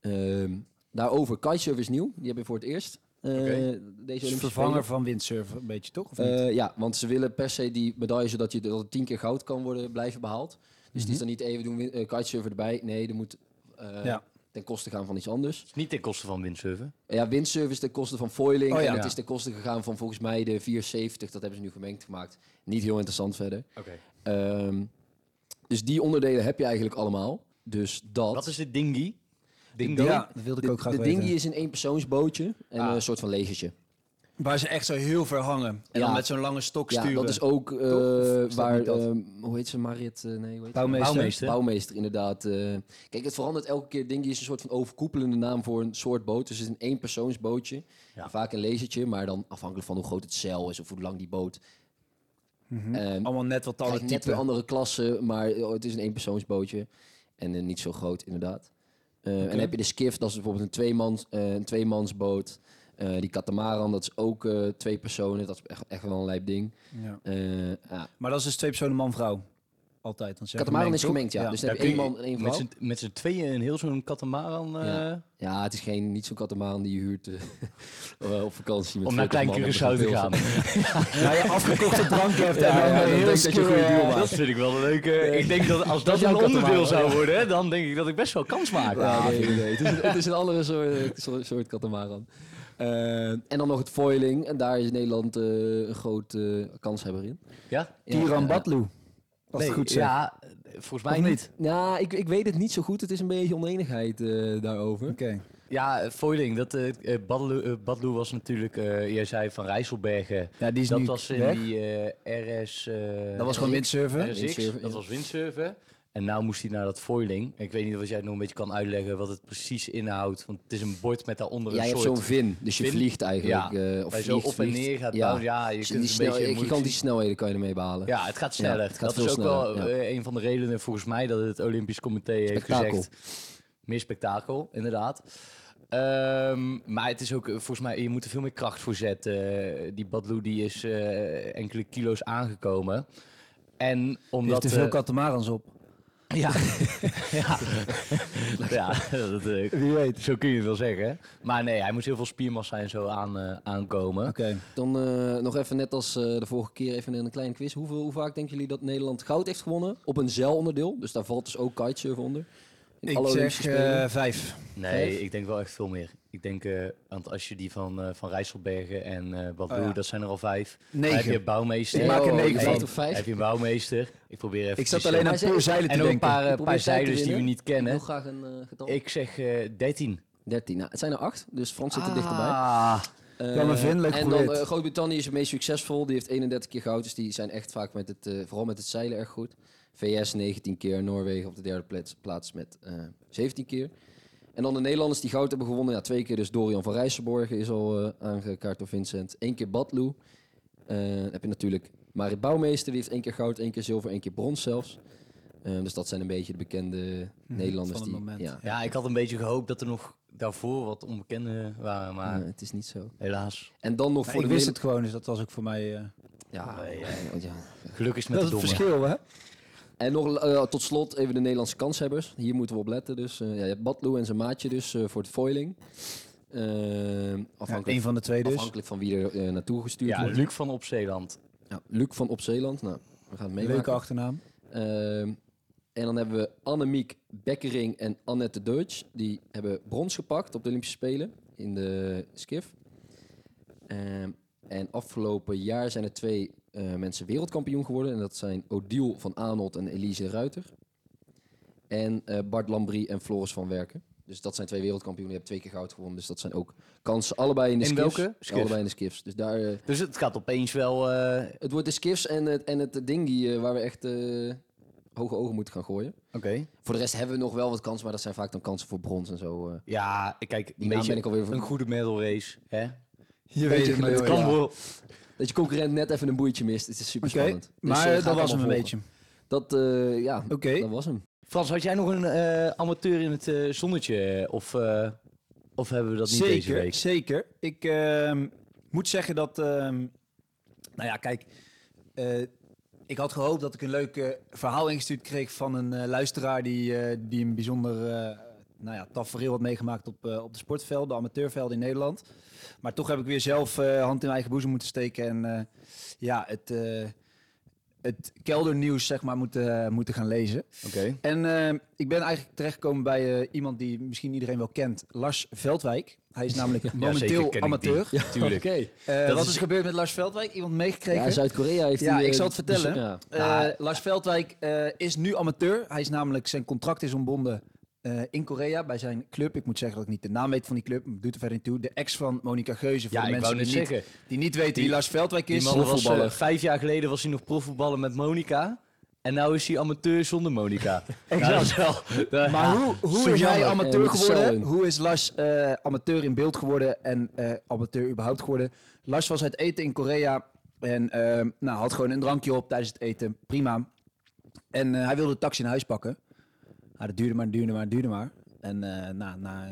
C: Ehm, daarover, kitesurf is nieuw. Die heb je voor het eerst. eh,
B: Oké.
C: Deze
A: Dus
C: Olympische
A: vervanger
C: Spelen.
A: van windsurfen, een beetje toch? Of niet?
C: Eh, ja, want ze willen per se die medaille zodat je dat het tien keer goud kan worden blijven behaald. Dus het
A: Mhm.
C: is dan niet even doen eh, kitesurfer erbij. Nee, er moet eh,
A: Ja.
C: ten koste gaan van iets anders.
B: Niet ten koste van windsurfen.
C: Eh, Ja, windsurf is ten koste van foiling.
A: Oh ja.
C: En het
A: Ja.
C: is ten koste gegaan van volgens mij de 470. Dat hebben ze nu gemengd gemaakt. Niet heel interessant verder.
B: Oké.
C: Ehm, dus die onderdelen heb je eigenlijk allemaal. Dus dat.
B: Wat is de dinghy? Dingo?
A: ja, dat wilde ik ook
C: de,
A: graag
C: de
A: weten.
C: dinghy is een eenpersoonsbootje. En
B: Ah.
C: een soort van legertje.
A: Waar ze echt zo heel ver hangen. En
C: Ja.
A: dan met zo'n lange stok
C: Ja,
A: sturen.
C: dat is ook eh,
A: dat
C: waar...
A: niet dat?
C: ehm, hoe heet ze? Marit? eh, nee, hoe heet ze?
A: Bouwmeester.
B: Bouwmeester.
C: Bouwmeester, inderdaad. eh. kijk, het verandert elke keer. Dinghy is een soort van overkoepelende naam voor een soort boot. Dus het is een eenpersoonsbootje.
B: Ja.
C: Vaak een lasertje, maar dan afhankelijk van hoe groot het zeil is of hoe lang die boot.
B: Mhm.
C: Ehm,
A: Allemaal net wat andere
C: krijg net weer
A: type.
C: andere klassen, maar eh, het is een eenpersoonsbootje. En eh, niet zo groot, inderdaad. Eh, En dan heb je de skiff, dat is bijvoorbeeld een, tweemans, eh een tweemansboot. Eh, die katamaran, dat is ook eh, twee personen. Dat is echt, echt wel een lijp ding.
A: Ja.
C: Eh, ja.
A: Maar dat is dus twee personen man-vrouw. Altijd. Want ze hebben
C: Katamaran is
A: toch?
C: gemengd, ja. Dus dan
B: Ja,
C: heb je één
B: kun je
C: man en één
B: met
C: vrouw.
B: z'n- Met z'n tweeën een heel zo'n katamaran eh,
C: Ja. Ja, het is geen, niet zo'n katamaran die je huurt eh, eh, op vakantie. Met
B: om naar
C: 40
B: Klein
C: man en met
B: Curaçao te
C: een
B: gaan.
A: Nou, je afgekochte drank hebt
C: Ja,
A: en dan
C: ja, dan
A: een
C: denk
A: heel
C: dat je een goede
A: skewer-
C: deal maakt.
B: Dat vind ik wel een leuke. Ik denk dat als dat,
C: jouw
B: een
C: katamaran,
B: onderdeel zou
C: ja.
B: worden, dan denk ik dat ik best wel kans maak.
C: Ja, nee, nee, nee. Het, is, het is een andere soort, soort, soort katamaran. Eh, en dan nog het foiling. En daar is Nederland eh, een grote eh, kanshebber in.
B: Ja?
C: Ja,
A: Tiran
C: eh,
A: Badlu. Als het goed zeg.
B: ja, volgens mij
A: Of
B: niet.
A: niet?
C: Nou, ik, ik weet het niet zo goed. Het is een beetje oneenigheid eh, daarover.
A: Oké.
B: Ja, foiling. Dat, eh eh, Badlu, eh, Badlu was natuurlijk, eh, jij zei van Rijsselbergen.
A: Ja, die is
B: dat
A: nu
B: was in
A: weg.
B: die eh, RS. eh,
A: Dat was gewoon windsurfen.
B: RSX,
C: Windsurfen,
B: dat
C: ja.
B: was windsurfen. En nou moest hij naar dat foiling. Ik weet niet of jij het nog een beetje kan uitleggen wat het precies inhoudt. Want het is een bord met daaronder
C: Jij
B: een
C: hebt
B: soort...
C: zo'n vin, dus je
B: Vin?
C: vliegt eigenlijk.
B: Ja.
C: eh, of
B: Waar je zo
C: vliegt,
B: op en
C: vliegt.
B: neer gaat
C: ja.
B: bouwen. Ja, je
C: Dus
B: kunt
C: die
B: een beetje
C: snel-
B: moeilijk-
C: gigantische snelheden kan je ermee behalen.
B: Ja, het gaat sneller.
C: Ja, het gaat
B: dat is ook
C: veel
B: wel
C: sneller, ja.
B: eh, een van de redenen volgens mij dat het Olympisch Comité heeft
C: Spektakel.
B: gezegd. Meer spektakel, inderdaad. Ehm, maar het is ook, eh, volgens mij, je moet er veel meer kracht voor zetten. Eh, Die Badlou die is eh, enkele kilo's aangekomen. En
A: Die heeft
B: omdat...
A: te veel
B: eh,
A: katamarans op.
B: ja. ja. ja, dat, eh,
A: Wie weet.
B: zo kun je het wel zeggen. Maar nee, hij moet heel veel spiermassa en zo aan, eh, aankomen.
A: Oké.
C: Dan eh, nog even net als eh, de vorige keer even een kleine quiz. Hoeveel, hoe vaak denken jullie dat Nederland goud heeft gewonnen op een zeilonderdeel? Dus daar valt dus ook kitesurfen onder. In
A: Ik
C: alle
A: zeg
C: Olympische Spelen.
A: eh, vijf.
B: Nee,
C: Vijf?
B: ik denk wel echt veel meer. Ik denk, eh, want als je die van, eh, van Rijsselbergen en eh Badlou,
A: Oh ja.
B: dat zijn er al vijf. Dan heb je
A: Negen.
B: een bouwmeester.
A: Ik maak er
C: Oh,
A: negen
C: je
A: van.
C: valt op vijf.
B: Heb je een bouwmeester. Ik probeer even...
A: Ik zat
B: te
A: alleen
B: zeggen.
A: aan
C: Maar ze-
A: puur zeilen te
B: En nog een
A: denken.
B: paar, eh,
C: Ik probeer
B: paar
C: tijd te
B: zeilers die we
C: winnen.
B: niet
C: Ik wil
B: kennen.
C: graag een eh, getal.
B: Ik zeg eh 13.
C: 13. Nou, het zijn er 8, dus Frans zit er dichterbij.
B: Ah,
C: Eh,
A: Jan en Vin, leuk
C: en dan
A: geprobeerd.
C: eh, Groot-Brittannië is het meest succesvol. Die heeft 31 keer goud, dus die zijn echt vaak met het, eh, vooral met het zeilen erg goed. VS 19 keer, Noorwegen op de derde plaats, plaats met eh 17 keer. En dan de Nederlanders die goud hebben gewonnen. Ja, twee keer dus Dorian van Rijsselborgen is al eh, aangekaart door Vincent. Eén keer Badloo. Eh, dan heb je natuurlijk Marit Bouwmeester, die heeft één keer goud, één keer zilver, één keer brons zelfs. Eh, dus dat zijn een beetje de bekende Nederlanders
A: Hm, Mhm, van het
C: die...
A: moment.
C: Ja,
B: ja, ik had een beetje gehoopt dat er nog daarvoor wat onbekenden waren, maar
C: Nee, het is niet zo.
B: helaas.
C: En dan nog
A: Maar
C: voor
A: ik
C: de
A: wist
C: wereld-
A: het gewoon, dus dat was ook voor mij... eh,
C: Ja,
B: Nee,
C: ja, ja.
B: Gelukkig is met
A: dat is
B: de
A: het
B: domme.
A: verschil, hè?
C: En nog eh, tot slot even de Nederlandse kanshebbers. Hier moeten we op letten. Dus, eh, ja, je hebt Badloe en zijn maatje dus eh, voor het foiling. Eh, afhankelijk,
A: Eén van de twee dus.
C: afhankelijk van wie er eh, naartoe gestuurd
B: Ja,
C: wordt.
B: Luc van Opzeeland.
C: Ja, Luc van Op Zeeland. Nou, we gaan het
A: Leuke
C: meemaken.
A: achternaam.
C: Ehm, en dan hebben we Annemiek Bekkering en Annette Deutsch. Die hebben brons gepakt op de Olympische Spelen in de skif. Ehm, en afgelopen jaar zijn er twee eh, mensen wereldkampioen geworden. En dat zijn Odile van Arnold en Elise Ruiter. En eh, Bart Lambrie en Floris van Werken. Dus dat zijn twee wereldkampioenen. Die hebben twee keer goud gewonnen. Dus dat zijn ook kansen. Allebei in de
B: In
C: skiffs.
B: welke? Skif?
C: Allebei in de skiffs. Dus daar... eh,
B: Dus het gaat opeens wel... eh, Oké.
C: het wordt de skiffs en het, en het dinghy eh, waar we echt eh, hoge ogen moeten gaan gooien. Voor de rest hebben we nog wel wat kansen, maar dat zijn vaak dan kansen voor brons en zo. eh.
B: Ja, kijk, een,
C: naam
B: beetje
C: ben ik alweer ver-
B: een goede medal race. Hè?
A: Oh, Je
C: weet het, maar het
B: Kan
C: Ja.
B: wel.
C: Dat je concurrent net even een boeitje mist, het is super
A: Oké,
C: spannend. Dus, eh,
A: maar dat was hem een beetje.
C: Dat, eh, ja,
A: Oké.
C: dat was hem.
B: Frans, had jij nog een eh, amateur in het eh, zonnetje? Of, eh, of hebben we dat niet
A: zeker,
B: deze week?
A: Zeker. Ik ehm, moet zeggen dat. ehm, nou ja, kijk. eh, ik had gehoopt dat ik een leuk eh, verhaal ingestuurd kreeg van een eh, luisteraar die, eh, die een bijzonder eh, nou ja, tafereel had meegemaakt op, eh, op de sportvelden, de amateurvelden in Nederland. Maar toch heb ik weer zelf eh, hand in eigen boezem moeten steken. En eh, ja, het, eh, het keldernieuws zeg maar moeten, moeten gaan lezen.
B: Oké.
A: En eh, ik ben eigenlijk terechtgekomen bij eh, iemand die misschien iedereen wel kent. Lars Veldwijk. Hij is namelijk momenteel
B: ken ik
A: amateur.
B: die. Tuurlijk.
C: Oké.
A: Eh,
B: Dat
A: wat
B: is-
A: is... gebeurd met Lars Veldwijk? Iemand meegekregen?
C: Ja, Zuid-Korea heeft
A: Ja,
C: die,
A: ik
C: eh,
A: zal het
C: dus-
A: vertellen.
C: ja.
A: Eh,
B: Ah.
A: Lars Veldwijk eh, is nu amateur. Hij is namelijk, zijn contract is ontbonden eh, in Korea bij zijn club. Ik moet zeggen dat ik niet de naam weet van die club, maar doet er verder niet toe. De ex van Monica Geuze, voor
B: Ja,
A: de
B: ik wou
A: mensen
B: net
A: die niet,
B: zeggen.
A: die niet weten
B: Die-
A: wie Lars Veldwijk
B: Die
A: is.
B: man was eh,
C: profvoetballer.
B: vijf jaar geleden was hij nog profvoetballer met Monica. En nou is hij amateur zonder Monica.
A: Exact.
B: Nou, dat is wel- dat-
A: Maar hoe, hoe
C: zo
A: is hij
C: jammer. Ja,
A: amateur
C: met cellen.
A: geworden? Hoe is Lars eh, amateur in beeld geworden en eh, amateur überhaupt geworden? Lars was uit eten in Korea en eh, nou, had gewoon een drankje op tijdens het eten. Prima. En eh, hij wilde de taxi naar huis pakken. Nou, dat duurde maar, duurde maar, duurde maar. En eh, na, na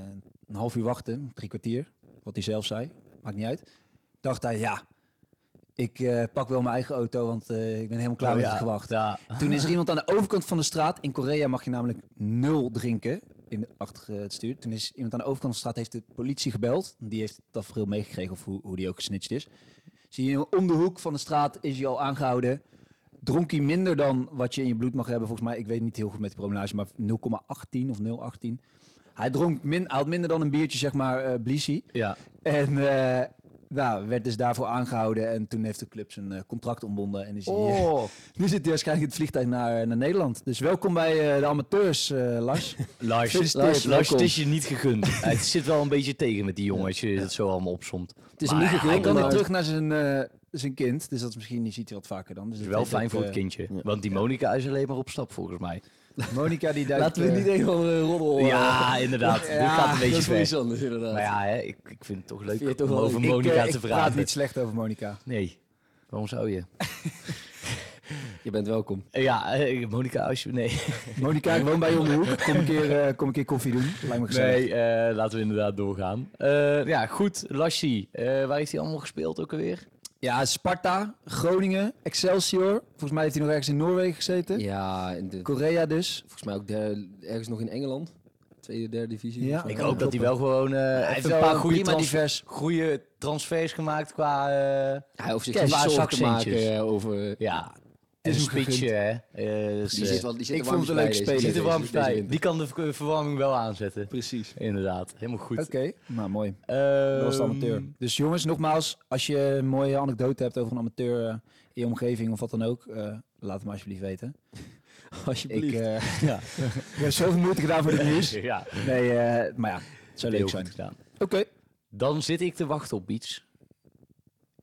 A: een half uur wachten, drie kwartier, wat hij zelf zei, maakt niet uit, dacht hij, ja, ik eh, pak wel mijn eigen auto, want eh, ik ben helemaal klaar
B: Oh,
A: met
B: ja.
A: het gewacht.
B: Ja.
A: Toen is er iemand aan de overkant van de straat. In Korea mag je namelijk nul drinken in, achter eh, het stuur. Toen is iemand aan de overkant van de straat, heeft de politie gebeld. Die heeft het tafereel meegekregen of hoe, hoe die ook gesnitcht is. Zie je, om de hoek van de straat is hij al aangehouden. Dronk hij minder dan wat je in je bloed mag hebben, volgens mij. Ik weet niet heel goed met de promulage, maar 0,18 of 0,18. Hij dronk min, hij had minder dan een biertje, zeg maar, eh Blissie.
B: ja.
A: En eh, nou, werd dus daarvoor aangehouden. En toen heeft de club zijn eh, contract ontbonden. En is hij,
B: Oh.
A: eh, nu zit hij waarschijnlijk in het vliegtuig naar, naar Nederland. Dus welkom bij eh, de amateurs, eh, Lars.
B: Lars,
A: Gefeliciteerd,
B: Lars, Lars,
C: welkom.
B: het is je niet gegund. het zit wel een beetje tegen met die jongen als je het zo allemaal opsomt.
C: Het is
B: Maar
C: hem
B: ja,
C: niet
B: hij
A: Hij
C: gegund,
A: kan
C: maar
A: weer terug naar zijn, eh, zijn kind. Dus dat is misschien, je ziet hij wat vaker dan. Dus
B: Het
A: dat
B: is wel
A: heeft
B: fijn
A: ook,
B: voor het
A: eh,
B: kindje. Want die Monica is alleen maar op stap volgens mij.
A: Monica die duikt...
C: laten we
A: eh,
C: niet een van de roddel... eh,
B: Ja, inderdaad.
A: ja,
B: Dit gaat een
C: dat
B: beetje
C: is wel iets
B: ver.
C: anders, inderdaad.
B: Maar ja, hè, ik, ik vind het toch leuk
C: Vind je toch
B: om
C: wel
B: over
A: ik, eh,
B: Monica
A: ik
B: te
A: praat
B: praten.
A: niet slecht over Monica.
B: Nee, waarom zou je?
C: Je bent welkom.
B: Eh, Ja, eh, Monica, als je... Nee,
A: Monica, ik woon bij je om de hoek. Kom een keer, eh, kom een keer koffie doen. Lijkt me gezellig.
B: nee eh, laten we inderdaad doorgaan. Eh, ja, goed. Lassie, eh, waar heeft hij allemaal gespeeld ook alweer?
A: Ja, Sparta, Groningen, Excelsior. Volgens mij heeft hij nog ergens in Noorwegen gezeten.
C: Ja, in de-
A: Korea dus.
C: volgens mij ook derde- ergens nog in Engeland. Tweede, derde divisie.
A: Ja,
C: volgens
B: Ik
C: mij.
B: hoop dat hij wel gewoon eh, even
A: heeft
B: een
A: wel
B: paar
A: een
B: goede,
A: prima
B: trans-
A: divers.
B: goede transfers gemaakt qua... eh,
C: Hij hoeft zich
B: Kijk,
C: geen
B: waar
C: zorgen te
B: zakcentjes.
C: maken eh, over...
B: ja, en een
A: hem
B: spitsje, hè. Eh, dus,
C: Die
B: eh,
C: zit wel, die zit
A: ik
C: er
A: vond het een leuke
C: warmpjes bij deze-
A: speler.
B: zit er
C: deze-
B: warm
C: deze
B: bij.
C: winter.
B: Die kan de ver- verwarming wel aanzetten.
C: Precies.
B: Inderdaad, helemaal goed.
A: Oké, nou mooi.
B: Ehm,
A: Dat was de amateur. Dus jongens, nogmaals, als je een mooie anekdote hebt over een amateur eh, in je omgeving of wat dan ook, eh, laat het me alsjeblieft weten. Ik,
C: Alsjeblieft.
A: eh,
B: Ja.
A: ik heb zoveel moeite gedaan voor dit nieuws.
B: ja,
A: Nee, eh, maar ja, het zou leuk
B: heel goed
A: zijn.
B: gedaan.
A: Oké.
B: Dan zit ik te wachten op iets.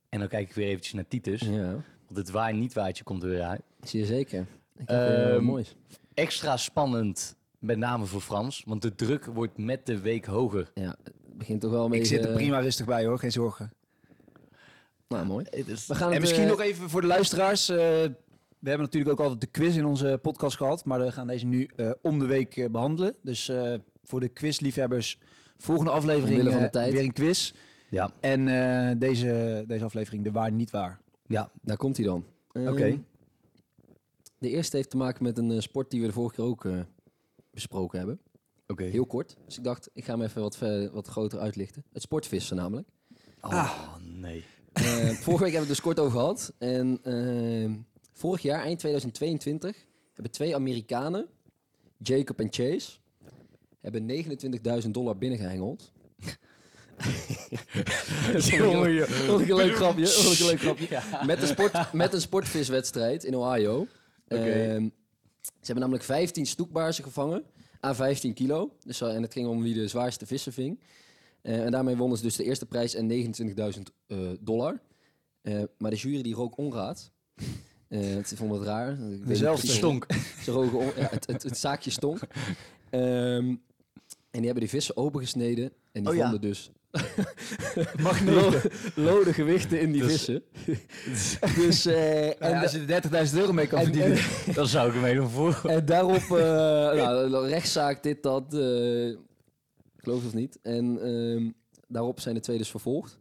B: En dan kijk ik weer eventjes naar Titus.
C: Ja,
B: Want het waar niet waartje komt er weer uit.
C: zie je zeker. Ik heb weer wat
B: Ehm,
C: moois.
B: Extra spannend, met name voor Frans. Want de druk wordt met de week hoger.
C: Ja, het begint toch wel mee.
A: Ik zit er prima rustig bij hoor, geen zorgen.
C: Nou, mooi.
B: Het is-
C: We gaan
A: En
C: het,
A: misschien
C: eh,
A: nog even voor de luisteraars. eh, we hebben natuurlijk ook altijd de quiz in onze podcast gehad, maar we gaan deze nu eh, om de week eh, behandelen. Dus eh, voor de quizliefhebbers, Volgende aflevering
C: Omwille van de
A: eh,
C: tijd.
A: weer een quiz.
B: Ja,
A: En eh, deze, deze aflevering, de waar niet waar.
B: ja.
C: Daar komt hij dan. Ehm,
B: Oké.
C: De eerste heeft te maken met een eh, sport die we de vorige keer ook eh, besproken hebben.
B: oké.
C: Heel kort. Dus ik dacht, ik ga hem even wat, ver- wat groter uitlichten. Het sportvissen namelijk.
B: Oh, nee.
C: Eh, vorige week hebben we het dus kort over gehad. En eh, vorig jaar, eind 2022, hebben twee Amerikanen, Jacob en Chase, hebben 29.000 dollar binnengehengeld.
B: Jongen, joh.
C: Vond ik een leuk grapje. Vond ik een leuk grapje. Met, een sport, met een sportviswedstrijd in Ohio. Ehm, ze hebben namelijk 15 stoekbaarsen gevangen aan 15 kilo. Dus, eh, en het ging om wie de zwaarste vissen ving. Eh, en daarmee wonnen ze dus de eerste prijs en 29.000 eh, dollar. Eh, maar de jury die rook onraad. Eh, ze vonden het raar. Ik weet niet
A: Dezelfde.
B: Het
C: precies
B: stonk.
C: ze roken om- ja, het, het, het zaakje stonk. Ehm, en die hebben die vissen opengesneden. En die
B: Oh ja.
C: vonden dus lo-
B: Magneet.
C: lode gewichten in die
B: Dus-
C: vissen. dus, eh, en,
A: En als je er 30.000 euro mee kan
C: en-
A: verdienen.
C: en-
B: Dan zou ik hem helemaal voor.
C: en daarop, eh nou, rechtszaak dit, dat, eh, ik geloof het of niet. En ehm, daarop zijn de twee dus vervolgd.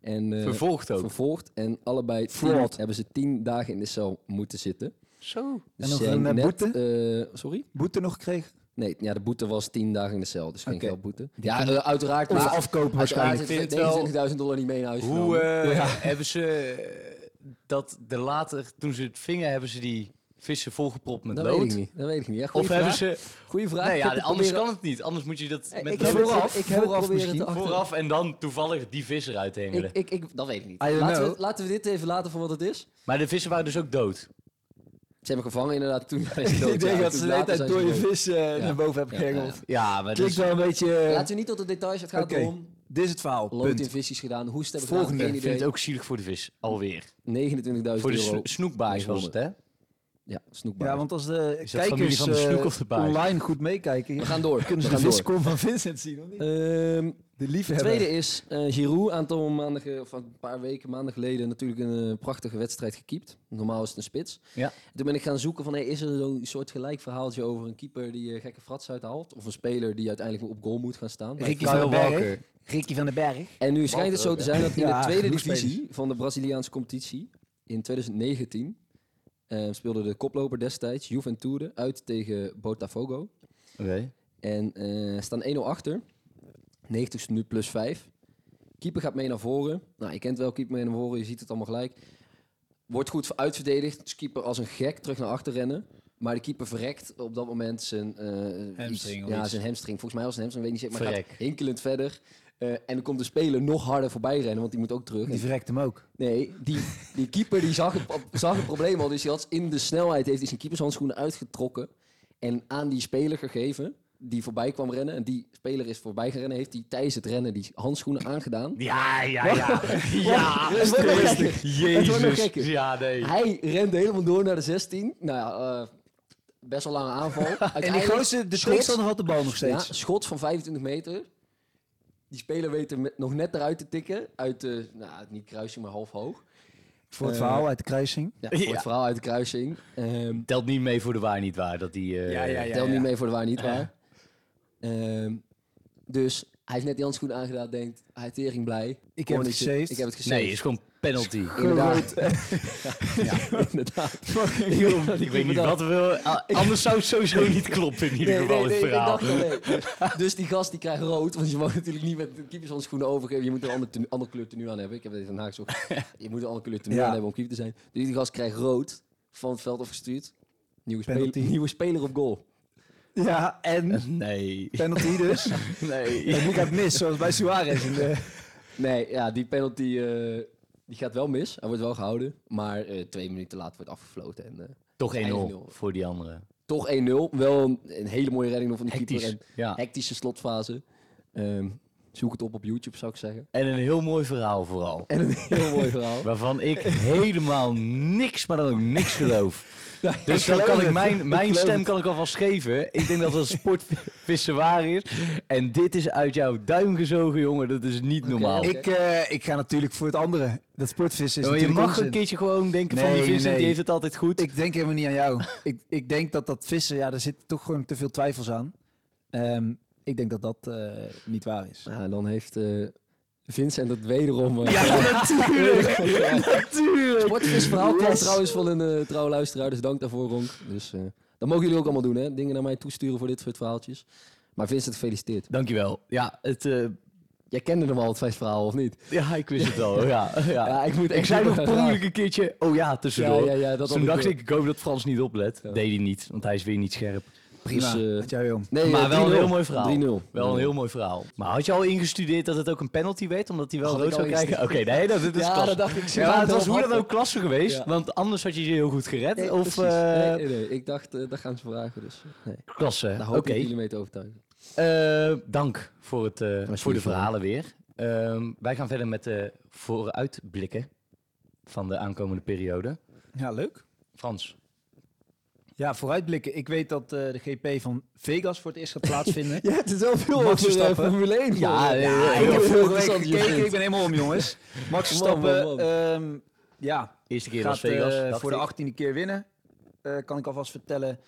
C: En, eh,
B: Vervolgd ook.
C: vervolgd. En allebei tien-
A: Fraud.
C: hebben ze tien dagen in de cel moeten zitten.
B: Zo.
C: Dus
A: nog
C: ze zijn
A: een, eh,
C: net,
A: boete?
C: eh, sorry?
A: Boete nog gekregen?
C: Nee, ja, de boete was 10 dagen in de cel, dus geen
A: Oké.
C: geldboete. Ja, eh, uiteraard.
A: Of
C: maar-
A: afkopen
C: uiteraard
A: waarschijnlijk.
B: waarschijnlijk.
C: heeft
B: Ik vind wel-
C: 29.000 dollar niet mee naar huis
B: Hoe
C: genomen.
B: eh, hebben ze eh, dat de later, toen ze het vingen, hebben ze die vissen volgepropt met
C: dat
B: lood?
C: weet ik niet. Dat weet ik niet. Ja,
B: Of
C: goeie
B: hebben
C: vraag.
B: ze.
C: Goeie vraag.
B: Nee,
C: Ik
B: ja,
C: heb het
B: anders
C: proberen-
B: kan het niet. Anders moet je dat
C: Eh,
B: met
C: Ik
B: lood-
C: heb het
A: Vooraf-
C: vooraf, ik heb het
A: vooraf
C: proberen
A: misschien.
C: te achter-
B: vooraf en dan toevallig die vis eruit hengelen.
C: Ik, ik, ik, dat weet ik niet.
A: I don't
C: Laten we,
A: know.
C: laten we dit even laten voor wat het is.
B: Maar de vissen waren dus ook dood.
C: Ze hebben gevangen inderdaad toen. zijn ze dood,
A: Ik denk
C: ja.
A: dat
C: Toen
A: ze de hele
C: later
A: tijd
C: zijn ze
A: door je
C: dood.
A: vis eh, naar boven hebben
C: Ja, ja, ja.
A: gehengeld.
B: Ja, maar
A: Klinkt
B: dus,
A: wel een beetje... eh,
C: Laten we niet tot de details. Het gaat
A: Oké.
C: om
A: Dit is het verhaal.
C: lood in
A: Punt.
C: visies gedaan. Hoe ze het hebben
A: Volgende.
C: gedaan.
B: ik
C: Geen
B: vind het
C: idee.
B: ook zielig voor de vis. Alweer.
C: 29.000
B: Voor de
C: euro.
B: sno- snoekbaars was het, hè?
C: Ja, snoekbaar.
A: Ja, want als de
B: Is dat
A: kijkers
B: familie van de
A: eh,
B: snoek of de baai?
A: online goed meekijken,
C: We gaan door.
A: kunnen
C: we
A: ze de
C: gaan door.
A: viskom van Vincent zien. Of niet?
C: Ehm,
A: De
C: De
A: liefhebber.
C: tweede is eh Giroud, aantal maanden ge- of een paar weken, maanden geleden natuurlijk een eh, prachtige wedstrijd gekiept. Normaal is het een spits.
B: Ja.
C: Toen ben ik gaan zoeken van, hey, is er zo'n soort gelijk verhaaltje over een keeper die eh, gekke frats uithaalt? Of een speler die uiteindelijk op goal moet gaan staan?
A: Ricky
B: Kyle
A: van den Berg.
B: Walker.
A: Ricky van den Berg.
C: En nu schijnt het zo te zijn dat in
A: Ja,
C: de tweede
A: genoeg
C: divisie
A: spelers.
C: van de Braziliaanse competitie in 2019 eh, speelde de koploper destijds, Juventude, uit tegen Botafogo.
B: Oké.
C: En eh, staan 1-0 achter. 90ste nu plus 5. Keeper gaat mee naar voren. Nou, je kent wel keeper mee naar voren. Je ziet het allemaal gelijk. Wordt goed uitverdedigd. Dus keeper als een gek terug naar achter rennen. Maar de keeper verrekt op dat moment zijn... eh,
A: Hamstring
C: iets-
A: of
C: Ja,
A: iets.
C: zijn hamstring. Volgens mij was het een hamstring. Weet niet zeker. Maar
B: Verrek.
C: gaat hinkelend verder. Eh, en dan komt de speler nog harder voorbij rennen. Want die moet ook terug.
A: Die verrekt hem ook.
C: Nee, die, die keeper die zag, het, pro- zag het probleem al. Dus hij had in de snelheid heeft hij zijn keepershandschoenen uitgetrokken. En aan die speler gegeven. Die voorbij kwam rennen. En die speler is voorbij gerennen. Heeft hij tijdens het rennen die handschoenen aangedaan.
B: Ja, ja, ja. ja,
C: Het wordt nog gekker. Het wordt nog
B: Jezus.
C: gekker.
B: Ja, nee.
C: Hij rende helemaal door naar de 16. Nou ja, eh, best wel lange aanval.
A: En die
C: Uiteindelijk-
A: gozer, de
C: schot-
A: tegenstander had de bal nog steeds.
C: Ja, schot van 25 meter. Die speler weet er met- nog net eruit te tikken. Uit de, nou niet kruising, maar half hoog.
A: Voor het
C: Eh,
A: verhaal uit de kruising.
C: Ja, voor
B: Ja.
C: het verhaal uit de kruising. Ehm,
B: Telt niet mee voor de waar niet waar dat die. eh,
A: Ja, ja, ja.
C: Tel niet mee voor de waar niet waar. Ehm, dus hij heeft net die handschoenen aangedaan, denkt, hij tering blij.
A: Ik heb het
C: Cornertje,
A: gesaved.
C: Ik heb het gesaved.
B: Nee, is gewoon penalty.
C: inderdaad. ja, inderdaad.
B: ik weet niet wat we willen. A- Anders zou het sowieso niet kloppen in ieder geval het
C: ik
B: verhaal.
C: dacht al, nee. Dus- Dus die gast die krijgt rood, want je mag natuurlijk niet met de keepershandschoenen overgeven. Je moet een ander, tenu- ander kleur tenue aan hebben. Ik heb het even nagezocht. Je moet een andere kleur tenue
A: Ja.
C: aan hebben om keeper te zijn. Dus die gast krijgt rood, van het veld afgestuurd. Nieuwe
A: Penalty.
C: speler, nieuwe speler op goal.
A: Ja, en
B: nee.
A: penalty dus.
B: nee.
A: En die gaat mis, zoals bij Suarez. in de-
C: Nee, ja, die penalty eh, die gaat wel mis. Hij wordt wel gehouden. Maar eh, twee minuten later wordt afgefloten. En, eh,
B: Toch 1-0
C: 1-0.
B: voor die andere.
C: toch 1-0. Wel een, een hele mooie redding nog van de keeper.
B: Hectisch.
C: En
B: Ja.
C: hectische slotfase. Ehm, zoek het op op YouTube, zou ik zeggen.
B: En een heel mooi verhaal vooral.
C: En een heel mooi verhaal.
B: Waarvan ik helemaal niks, maar dan ook niks geloof. Dus dan
A: geloof
B: kan ik
A: het.
B: mijn, mijn
A: geloof
B: stem
A: het.
B: kan ik alvast geven. Ik denk dat dat sportvissen waar is. En dit is uit jouw duim gezogen, jongen. Dat is niet normaal.
C: Oké.
A: Ik, eh, ik ga natuurlijk voor het andere. Dat sportvis is
B: Maar je
A: natuurlijk
B: mag
A: onzin.
B: een keertje gewoon denken van
A: Nee,
B: die Vincent,
A: nee.
B: die heeft het altijd goed.
A: Ik denk helemaal niet aan jou. ik, ik denk dat dat vissen, ja, daar zitten toch gewoon te veel twijfels aan. Ehm, Ik denk dat dat eh, niet waar is.
C: Nou, dan heeft eh, Vincent het wederom... eh,
B: natuurlijk!
C: Sportvisverhaal kwam trouwens van een eh trouwe luisteraar, dus dank daarvoor, Ronk. Dus eh, dat mogen jullie ook allemaal doen, hè? Dingen naar mij toesturen voor dit soort verhaaltjes. Maar Vincent, gefeliciteerd.
B: Dankjewel. Ja, het, eh,
C: Jij kende hem al, het feestverhaal, of niet?
B: ja, ik wist het al. Ja, ja.
C: Ja, ik moet
B: ik
C: echt
B: zei nog
C: zoeken.
B: per ongeluk een keertje, oh ja,
C: Ja,
B: tussendoor. Dus
C: ja, ja, dat had
B: Toen dacht
C: wel.
B: ik, ik hoop dat Frans niet oplet. Deed hij niet, want hij is weer niet scherp.
A: Prima.
C: Dus, eh,
A: Wat jij wil.
C: Nee,
B: maar
C: eh,
B: wel een
C: 3-0.
B: heel mooi verhaal.
C: 3-0.
B: Wel een heel mooi verhaal. Maar had je al ingestudeerd dat het ook een penalty werd, omdat hij wel
C: Had ik
B: rood zou
C: al
B: krijgen? Oké, nee, dat, dat is
C: Ja,
B: klasse.
C: dat dacht ik. Ze
B: Ja, maar
C: waren
B: het was
C: wel
B: hoe dan
C: happig.
B: ook klasse geweest,
C: Ja.
B: want anders had je ze heel goed gered.
C: Nee,
B: of
C: precies.
B: eh,
C: nee, nee, ik dacht, eh dat gaan ze vragen, dus eh, nee.
B: klasse.
C: daar
B: Oké,
C: hoop ik jullie mee te overtuigen.
B: Eh, dank voor, het, eh, voor de
C: Alsjeblieft.
B: verhalen weer. Ehm, wij gaan verder met de vooruitblikken van de aankomende periode.
A: Ja, leuk.
B: Frans,
A: Ja, vooruitblikken. Ik weet dat eh, de GP van Vegas voor het eerst gaat plaadsvinden.
C: Je hebt het wel veel
A: Max over, eh, Verstappen.
C: Formule 1.
B: Ja, eh, ja,
A: ik heb vorige week
C: interessant, je
A: gekeken.
C: vindt.
A: Ik ben helemaal om, jongens. Max
C: Man,
A: Verstappen
C: man, man.
A: ehm, ja,
B: eerste keer was
A: gaat eh,
B: Vegas. dacht
A: voor de
B: ik.
A: achttiende keer winnen. Eh, kan ik alvast vertellen.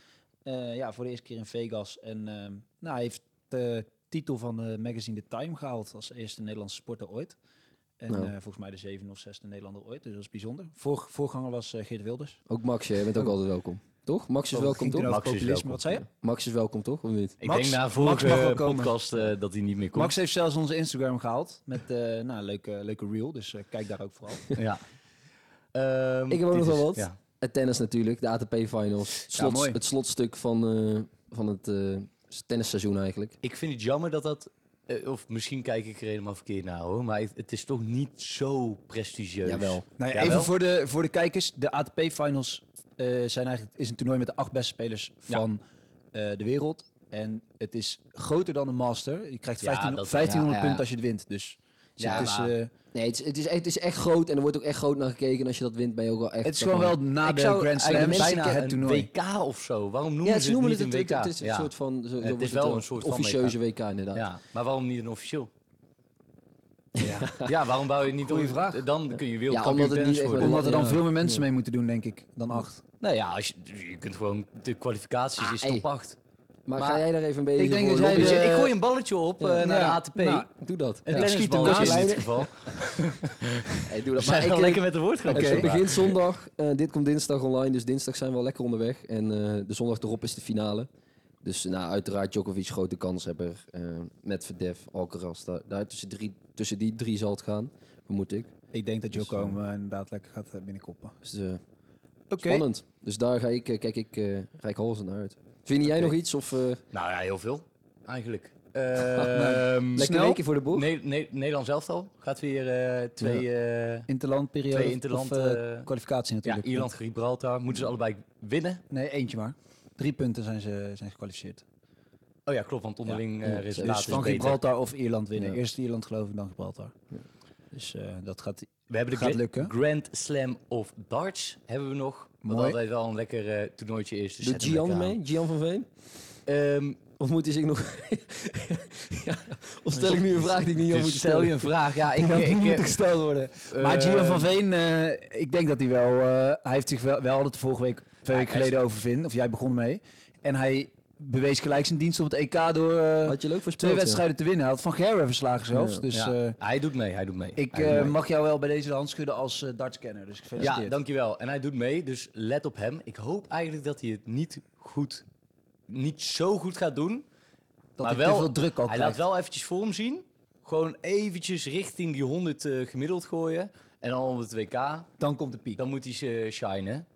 A: Eh, ja, voor de eerste keer in Vegas. En ehm, nou, hij heeft de titel van de magazine The Time gehaald als eerste Nederlandse sporter ooit. En
C: Nou.
A: eh, volgens mij de zevende of zesde Nederlander ooit. Dus dat is bijzonder. Voor, voorganger was eh, Geert Wilders.
C: Ook Max, jij bent ook altijd welkom. Toch? Max is
A: Oh,
C: welkom,
A: ging toen
C: toch?
A: over
B: Max is
A: populisme.
B: welkom.
A: Wat zei je?
C: Max is welkom, toch? Of niet?
B: Ik
A: Max-
B: denk na
A: Max mag
B: vorige
A: wel komen.
B: podcast eh, dat hij niet meer komt.
A: Max heeft zelfs onze Instagram gehaald met eh nou, een leuke, leuke reel. Dus eh, kijk daar ook vooral.
B: ja. Ehm,
C: Ik heb ook
B: dit
C: nog wel
B: is-
C: wat.
B: Ja.
C: Het tennis natuurlijk, de ATP Finals. Slots-
A: mooi.
C: Het slotstuk van, eh, van het eh, tennisseizoen eigenlijk.
B: Ik vind het jammer dat dat... eh, of misschien kijk ik er helemaal verkeerd naar hoor. Maar het, het is toch niet zo prestigieus.
C: Jawel.
A: Nou ja,
B: Jawel.
A: even voor de, voor de kijkers. De ATP Finals eh, zijn eigenlijk, is een toernooi met de acht beste spelers
B: Ja.
A: van eh, de wereld. En het is groter dan een master. Je krijgt
B: Ja,
A: 15,
B: dat-
A: 1500
C: ja, ja.
A: punten als je het wint. Dus, dus
C: Ja,
A: het, is,
B: maar-
A: eh,
C: Nee, het is, het, is, echt- het is echt groot en er wordt ook echt groot naar gekeken. En als je dat wint, ben je ook wel echt...
A: het is
C: zeg
A: gewoon
C: maar-
A: wel na
B: Ik
A: de
B: zou
A: Grand Slam
B: eigenlijk
A: bijna
B: zeggen
A: het toernooi.
B: Een WK of zo. Waarom noemen
C: Ja,
B: ze
C: ze noemen het,
B: niet
C: het,
B: een WK?
C: het is een
B: Ja.
C: soort van... Zo, zo
B: Het
C: wordt eh,
B: is wel
C: dan,
B: een soort van
C: officieuze WK. inderdaad.
B: Ja, maar waarom niet een officieel?
A: Ja.
B: Ja, waarom wou je het niet
A: Goeie
B: doen?
A: vraag.
B: Dan kun je
C: Ja, omdat
B: wereldkampioen
C: het
B: tennis
C: niet echt
B: worden.
C: met-
A: Omdat er dan
C: Ja.
A: veel meer mensen mee moeten doen, denk ik, dan acht.
B: Nou ja, als je, je kunt gewoon de kwalificaties
C: Ah,
B: is
C: hey.
B: top 8.
C: Maar,
B: Maar
C: ga jij daar even een beetje
A: ik denk
C: voor
A: dat jij
C: lobbyen?
A: de-
B: ik gooi een balletje op eh, naar
A: Ja.
B: de ATP.
A: Nou,
C: Doe dat.
B: een
C: Ja.
B: tennisballetje
C: Schiet hem
B: in dit geval.
C: naast. Hey,
B: We
C: doe dat. Maar
B: zijn
C: ik,
B: wel
C: eh,
B: lekker met de woordgrap.
C: Het begint zondag. eh, dit komt dinsdag online. Dus dinsdag zijn we al lekker onderweg. En eh, de zondag erop is de finale. Dus nou, uiteraard Djokovic grote kanshebber. eh met Verdev, Alcaraz. Daar, daar tussen, drie, tussen die drie zal het gaan. Vermoed ik.
A: Ik denk dat
C: Dus,
A: Joko hem eh, inderdaad lekker gaat eh, binnenkoppen.
C: Dus, eh,
A: Oké.
C: Spannend. Dus daar ga ik, eh, kijk ik eh reikhalzen naar uit. Vind jij nog iets? Of eh
B: Nou ja, heel veel. Eigenlijk. Ehm,
C: lekker
A: Snel?
C: weekje voor de boeg?
B: Nee, nee, Nederlands elftal gaat weer eh, twee... eh,
A: Interlandperiode
B: Twee interland,
A: of eh,
B: eh,
A: kwalificatie
B: ja,
A: natuurlijk.
B: Ierland, Gibraltar. Moeten ze allebei winnen?
A: Nee, eentje maar. Drie punten zijn ze zijn gekwalificeerd.
B: Oh ja, klopt, want onderling eh
C: Ja.
B: resultaat
A: Dus
B: is
A: van
B: beter.
A: Gibraltar of Ierland winnen.
C: Ja.
A: Eerst Ierland geloof ik, dan Gibraltar. Dus eh, dat gaat...
B: We hebben de
A: Gaat
B: gra-
A: lukken.
B: Grand Slam of Darts hebben we nog. Wat
A: Mooi.
B: altijd wel een lekker eh, toernooitje is. Dus zet
C: Doet
B: hem lekker
C: Gian
B: aan.
C: mee? Gian van Veen?
B: Ehm,
C: Of moet hij zich nog... ja, of stel ik nu een vraag die ik niet
B: dus
C: had moeten
B: stel
C: stellen?
B: je een vraag. Ja, ik,
A: Die
B: ik,
A: moet
B: eh,
A: gesteld worden. maar
B: eh,
A: Gio van Veen, eh, ik denk dat hij wel... eh, hij heeft zich wel, wel het vorige week, twee
B: Ja,
A: weken
B: hij is-
A: geleden over Vin. Of jij begon mee. En hij bewees gelijk zijn dienst op het EK door eh,
C: Had je leuk voorspeld?
A: twee
C: ja?
A: wedstrijden te winnen. Hij had Van Gerwen verslagen zelfs.
C: Ja.
A: Dus
B: ja,
A: eh,
B: hij doet mee, hij doet mee.
A: ik
B: Hij doet
A: eh,
B: mee.
A: mag jou wel bij deze de hand schudden als eh, dartscanner. Dus gefeliciteerd.
B: Ja, dankjewel. En hij doet mee, dus let op hem. Ik hoop eigenlijk dat hij het niet goed, niet zo goed gaat doen.
A: dat
B: maar
A: hij
B: wel-
A: te veel druk al
B: hij
A: krijgt.
B: laat wel eventjes voor hem zien. Gewoon eventjes richting die 100 eh, gemiddeld gooien. En dan op het WK
A: Dan komt de piek.
B: Dan moet hij ze shinen.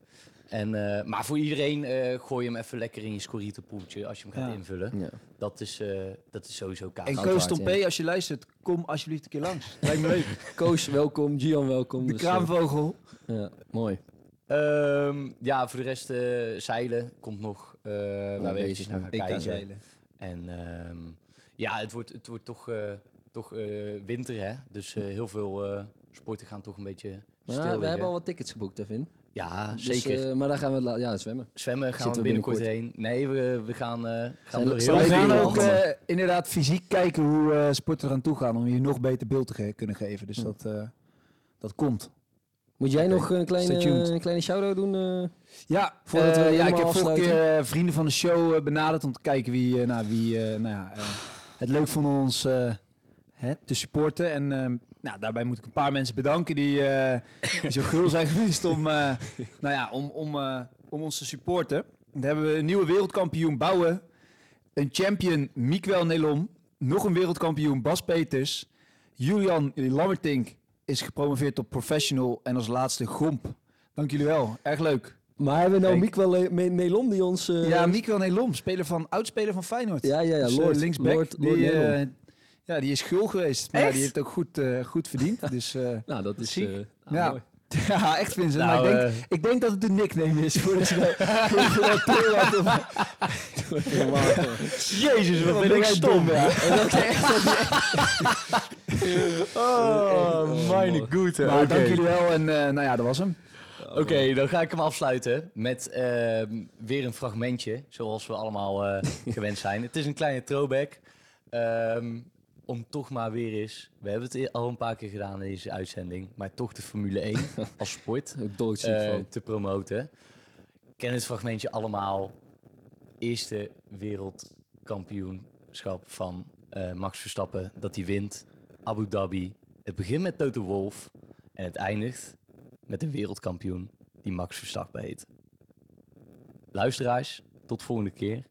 B: En, eh, maar voor iedereen eh, gooi hem even lekker in je scorietenpoeltje als je hem gaat
A: Ja.
B: invullen.
C: Ja.
B: Dat is, eh, dat is sowieso kaas.
A: En
C: Goud
A: Koos
C: waard,
A: Tompé,
C: ja.
A: als je luistert, kom alsjeblieft een keer langs. Lijkt me leuk.
C: Koos, welkom. Gian, welkom.
A: De
C: Dus,
A: kraanvogel.
C: eh, ja, mooi.
B: Ehm, ja, voor de rest eh, zeilen komt nog. eh waar we
C: deze
B: eventjes
C: is
B: naar
C: nog-
B: gaan
A: Ik ga
B: kijken.
A: zeilen.
B: En ehm, ja, het wordt, het wordt toch, eh, toch eh, winter hè. Dus eh, heel veel eh, sporten gaan toch een beetje
C: Maar
B: stil
C: we
B: liggen.
C: hebben al wat tickets geboekt, hè, Vin?
B: Ja,
C: Dus,
B: zeker.
C: eh, maar daar gaan we la- ja, zwemmen.
B: Zwemmen gaan we
C: zitten we
B: binnenkort heen. Nee, we, we gaan, eh, gaan
C: Zijn-
B: door
C: zijn
B: heel
A: We
C: Leuk
A: gaan
C: idee,
A: ook
C: man.
A: eh, inderdaad fysiek kijken hoe eh sporten eraan toe gaan om je nog beter beeld te ge- kunnen geven. Dus dat, eh, dat komt.
C: Moet jij nog een
A: stay
C: kleine,
A: tuned.
C: een kleine shout-out doen? eh?
A: Ja,
C: Voordat we
A: eh, ja
C: helemaal
A: ik heb vorige
C: afsluiten.
A: keer eh, vrienden van de show eh, benaderd om te kijken wie, eh, nou, wie eh, nou, ja, eh, het leuk vonden om ons eh, hè, te supporten. En ehm, nou, daarbij moet ik een paar mensen bedanken die, eh, die zo gul zijn geweest om, eh, nou ja, om, om, eh, om ons te supporten. Dan hebben we een nieuwe wereldkampioen Bouwen, een champion Miquel Nelom, nog een wereldkampioen Bas Peters, Julian Lammertink is gepromoveerd tot professional en als laatste Gomp. Dank jullie wel, erg leuk.
C: Maar hebben we nou
A: Kijk.
C: Miek wel eh, Me- Nelon die ons... eh,
A: Ja, Miquel Nelom, speler van, oudspeler van Feyenoord.
C: ja, ja, ja,
A: Dus, eh,
C: Lord,
A: linksback.
C: Lord, Lord
A: die,
C: Nelon.
A: eh, ja, die is gul geweest, maar
B: Echt?
A: die heeft ook goed, eh, goed verdiend. Dus eh,
C: nou, dat is...
A: zie
C: eh, ah,
A: ja.
C: mooi.
A: ja, echt Vincent. maar ik,
B: Nou,
A: denk, ik denk dat het een nickname is voor de
B: Jezus, wat ben
A: ben
B: ik
A: jij
B: stom.
A: dom,
B: Oh, mijn goede.
A: Maar dank jullie wel en eh, nou ja, dat was hem.
B: Oké, dan ga ik hem afsluiten met ehm, weer een fragmentje, zoals we allemaal eh, gewend zijn. Het is een kleine throwback. ehm, om toch maar weer eens, we hebben het e- al een paar keer gedaan in deze uitzending, maar toch de Formule 1 als sport
C: Ook doodziek
B: eh,
C: van.
B: te promoten. Ken het fragmentje allemaal. Eerste wereldkampioenschap van eh, Max Verstappen, dat hij wint. Abu Dhabi. Het begint met Toto Wolf en het eindigt met een wereldkampioen die Max Verstappen heet. Luisteraars, tot volgende keer.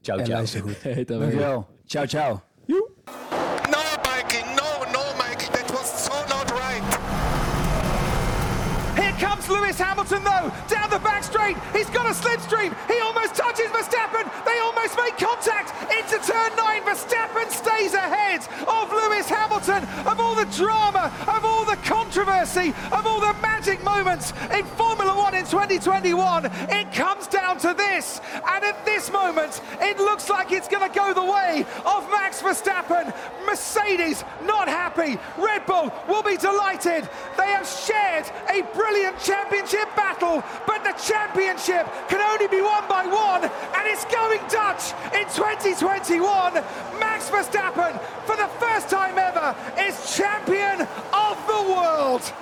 B: Ciao,
A: En
B: ciao.
A: luister goed.
C: Heet dat weer.
A: Dankjewel. Ciao, ciao.
D: No, Mikey, no, no, Mikey, that was so not right.
E: Here comes Lewis Hamilton though, down the back straight. He's got a slipstream. He almost touches Verstappen. They almost make contact. Into turn nine. Verstappen stays ahead of Lewis Hamilton. Of all the drama, of all the controversy, of all the magic moments in Formula One in 2021, it comes down to this. And at this moment, it looks like it's going to go the way of Max Verstappen. Mercedes not happy. Red Bull will be delighted. They have shared a brilliant championship battle, but the championship can only be won by one, and it's going Dutch in 2021. Max Verstappen, for the first time ever, is champion of the world.